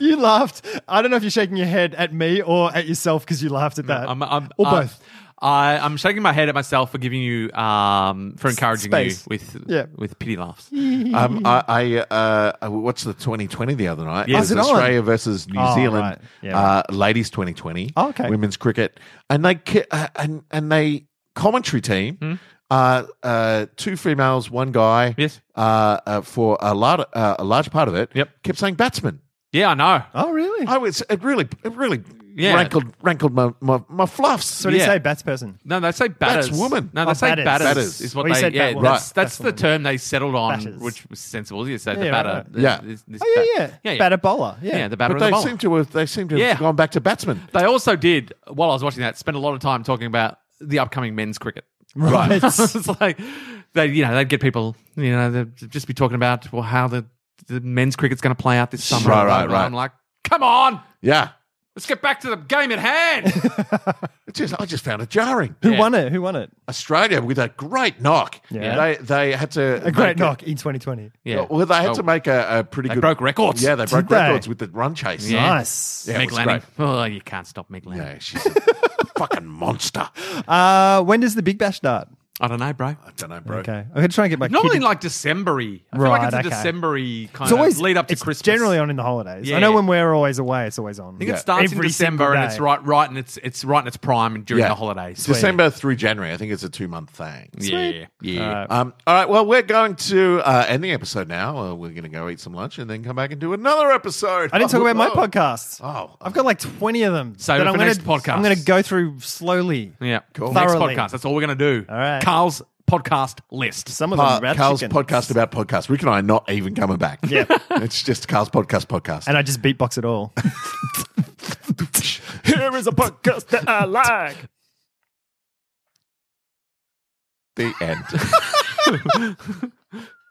S4: you laughed. I don't know if you're shaking your head at me or at yourself because you laughed at that.
S3: I'm, I'm,
S4: or
S3: I'm-
S4: both.
S3: I, I'm shaking my head at myself for giving you, um, for encouraging
S4: space.
S3: you with,
S4: Yeah.
S3: with pity laughs.
S1: um, I I, uh, I watched the 2020 the other night.
S3: Yeah.
S1: It was
S3: Was
S4: Oh, it on?
S1: Australia versus New
S4: Oh,
S1: Zealand
S4: right. Yeah,
S1: uh, ladies 2020.
S4: Oh, okay.
S1: women's cricket, and they ki- uh, and and they commentary team.
S4: Hmm.
S1: Uh, uh, two females, one guy.
S3: Yes.
S1: Uh, uh, for a large, uh, a large part of it.
S3: Yep.
S1: Kept saying batsman.
S3: Yeah, I know.
S4: oh, really?
S1: I was it really it really
S3: Yeah.
S1: rankled rankled my my, my fluffs.
S4: so what do you
S3: yeah.
S4: say, bats person?
S3: No, they say batters.
S1: woman.
S3: No, they
S4: Oh,
S3: say
S4: batters.
S3: batters,
S1: Batters.
S3: is what
S4: Oh, you
S3: they.
S4: said
S3: yeah,
S4: bat woman.
S3: that's,
S4: Right.
S3: that's the
S4: Batswoman.
S3: term they settled on,
S4: Batters.
S3: which was sensible. You said the
S4: Yeah, right,
S3: batter.
S4: right.
S3: the-
S1: Yeah.
S3: this- this
S4: Oh, yeah,
S3: bat-
S4: yeah. Batter bowler. Yeah.
S3: Yeah. the batter
S1: But
S3: and the
S1: they
S3: bowler.
S1: seem to have they seem to have
S3: Yeah.
S1: gone back to batsman.
S3: They also did while I was watching that. Spent a lot of time talking about the upcoming men's cricket.
S4: Right.
S3: it's like they, you know, they'd get people, you know, they'd just be talking about well, how the, the men's cricket's going to play out this summer.
S1: Right,
S3: Blah,
S1: right,
S3: blah.
S1: right.
S3: I'm like, come on,
S1: Yeah.
S3: let's get back to the game at hand.
S1: It's just, I just found it jarring.
S4: Who won it? Who won it?
S1: Australia with a great knock.
S4: Yeah.
S1: They they had to
S4: A great
S1: make
S4: knock in 2020.
S3: yeah,
S1: Well, they had
S3: Oh,
S1: to make a, a pretty
S3: They
S1: good.
S3: broke records.
S1: Yeah, they broke
S4: they?
S1: records with the run chase.
S3: Yeah.
S4: Nice.
S1: Yeah, it
S3: Meg
S1: was
S3: Lanning.
S1: great.
S3: Oh, you can't stop Meg Lanning.
S1: Yeah, she's a fucking monster.
S4: Uh, when does the Big Bash start?
S3: I don't know, bro.
S1: I don't know, bro.
S4: Okay, I'm gonna try and get my
S3: Normally,
S4: kid-
S3: like Decembery. I
S4: Right,
S3: feel like it's a
S4: okay.
S3: Decembery kind
S4: It's always
S3: of lead up to
S4: it's
S3: Christmas.
S4: Generally on in the holidays.
S3: Yeah,
S4: I know
S3: yeah.
S4: when we're always away, it's always on.
S3: I think
S1: Yeah.
S3: it starts in
S4: Every
S3: December
S4: single
S3: and it's
S4: day.
S3: right, right, and it's it's right in its prime and during
S1: Yeah.
S3: the holidays.
S1: December through January, I think it's a two month thing.
S3: Yeah, yeah.
S4: Uh,
S1: Um, all right, well, we're going to uh, end the episode now. Uh, we're going to go eat some lunch and then come back and do another episode.
S4: I didn't talk about my
S1: Oh.
S4: podcasts.
S1: Oh,
S4: I've got like 20 of them.
S3: Save
S4: that
S3: it
S4: I'm
S3: for
S4: gonna,
S3: next podcast.
S4: I'm going to go through slowly.
S3: yeah.
S1: Cool.
S3: Next
S4: Thoroughly.
S3: podcast. That's all we're going to do.
S4: All right.
S3: Carl's podcast list.
S4: Some of
S1: Pa-
S4: them. rat
S1: Carl's
S4: chickens.
S1: podcast about podcasts. Rick and I are not even coming back.
S4: Yeah.
S1: it's just Carl's podcast podcast.
S4: And I just beatbox it all. Here is a podcast that I like.
S1: the end.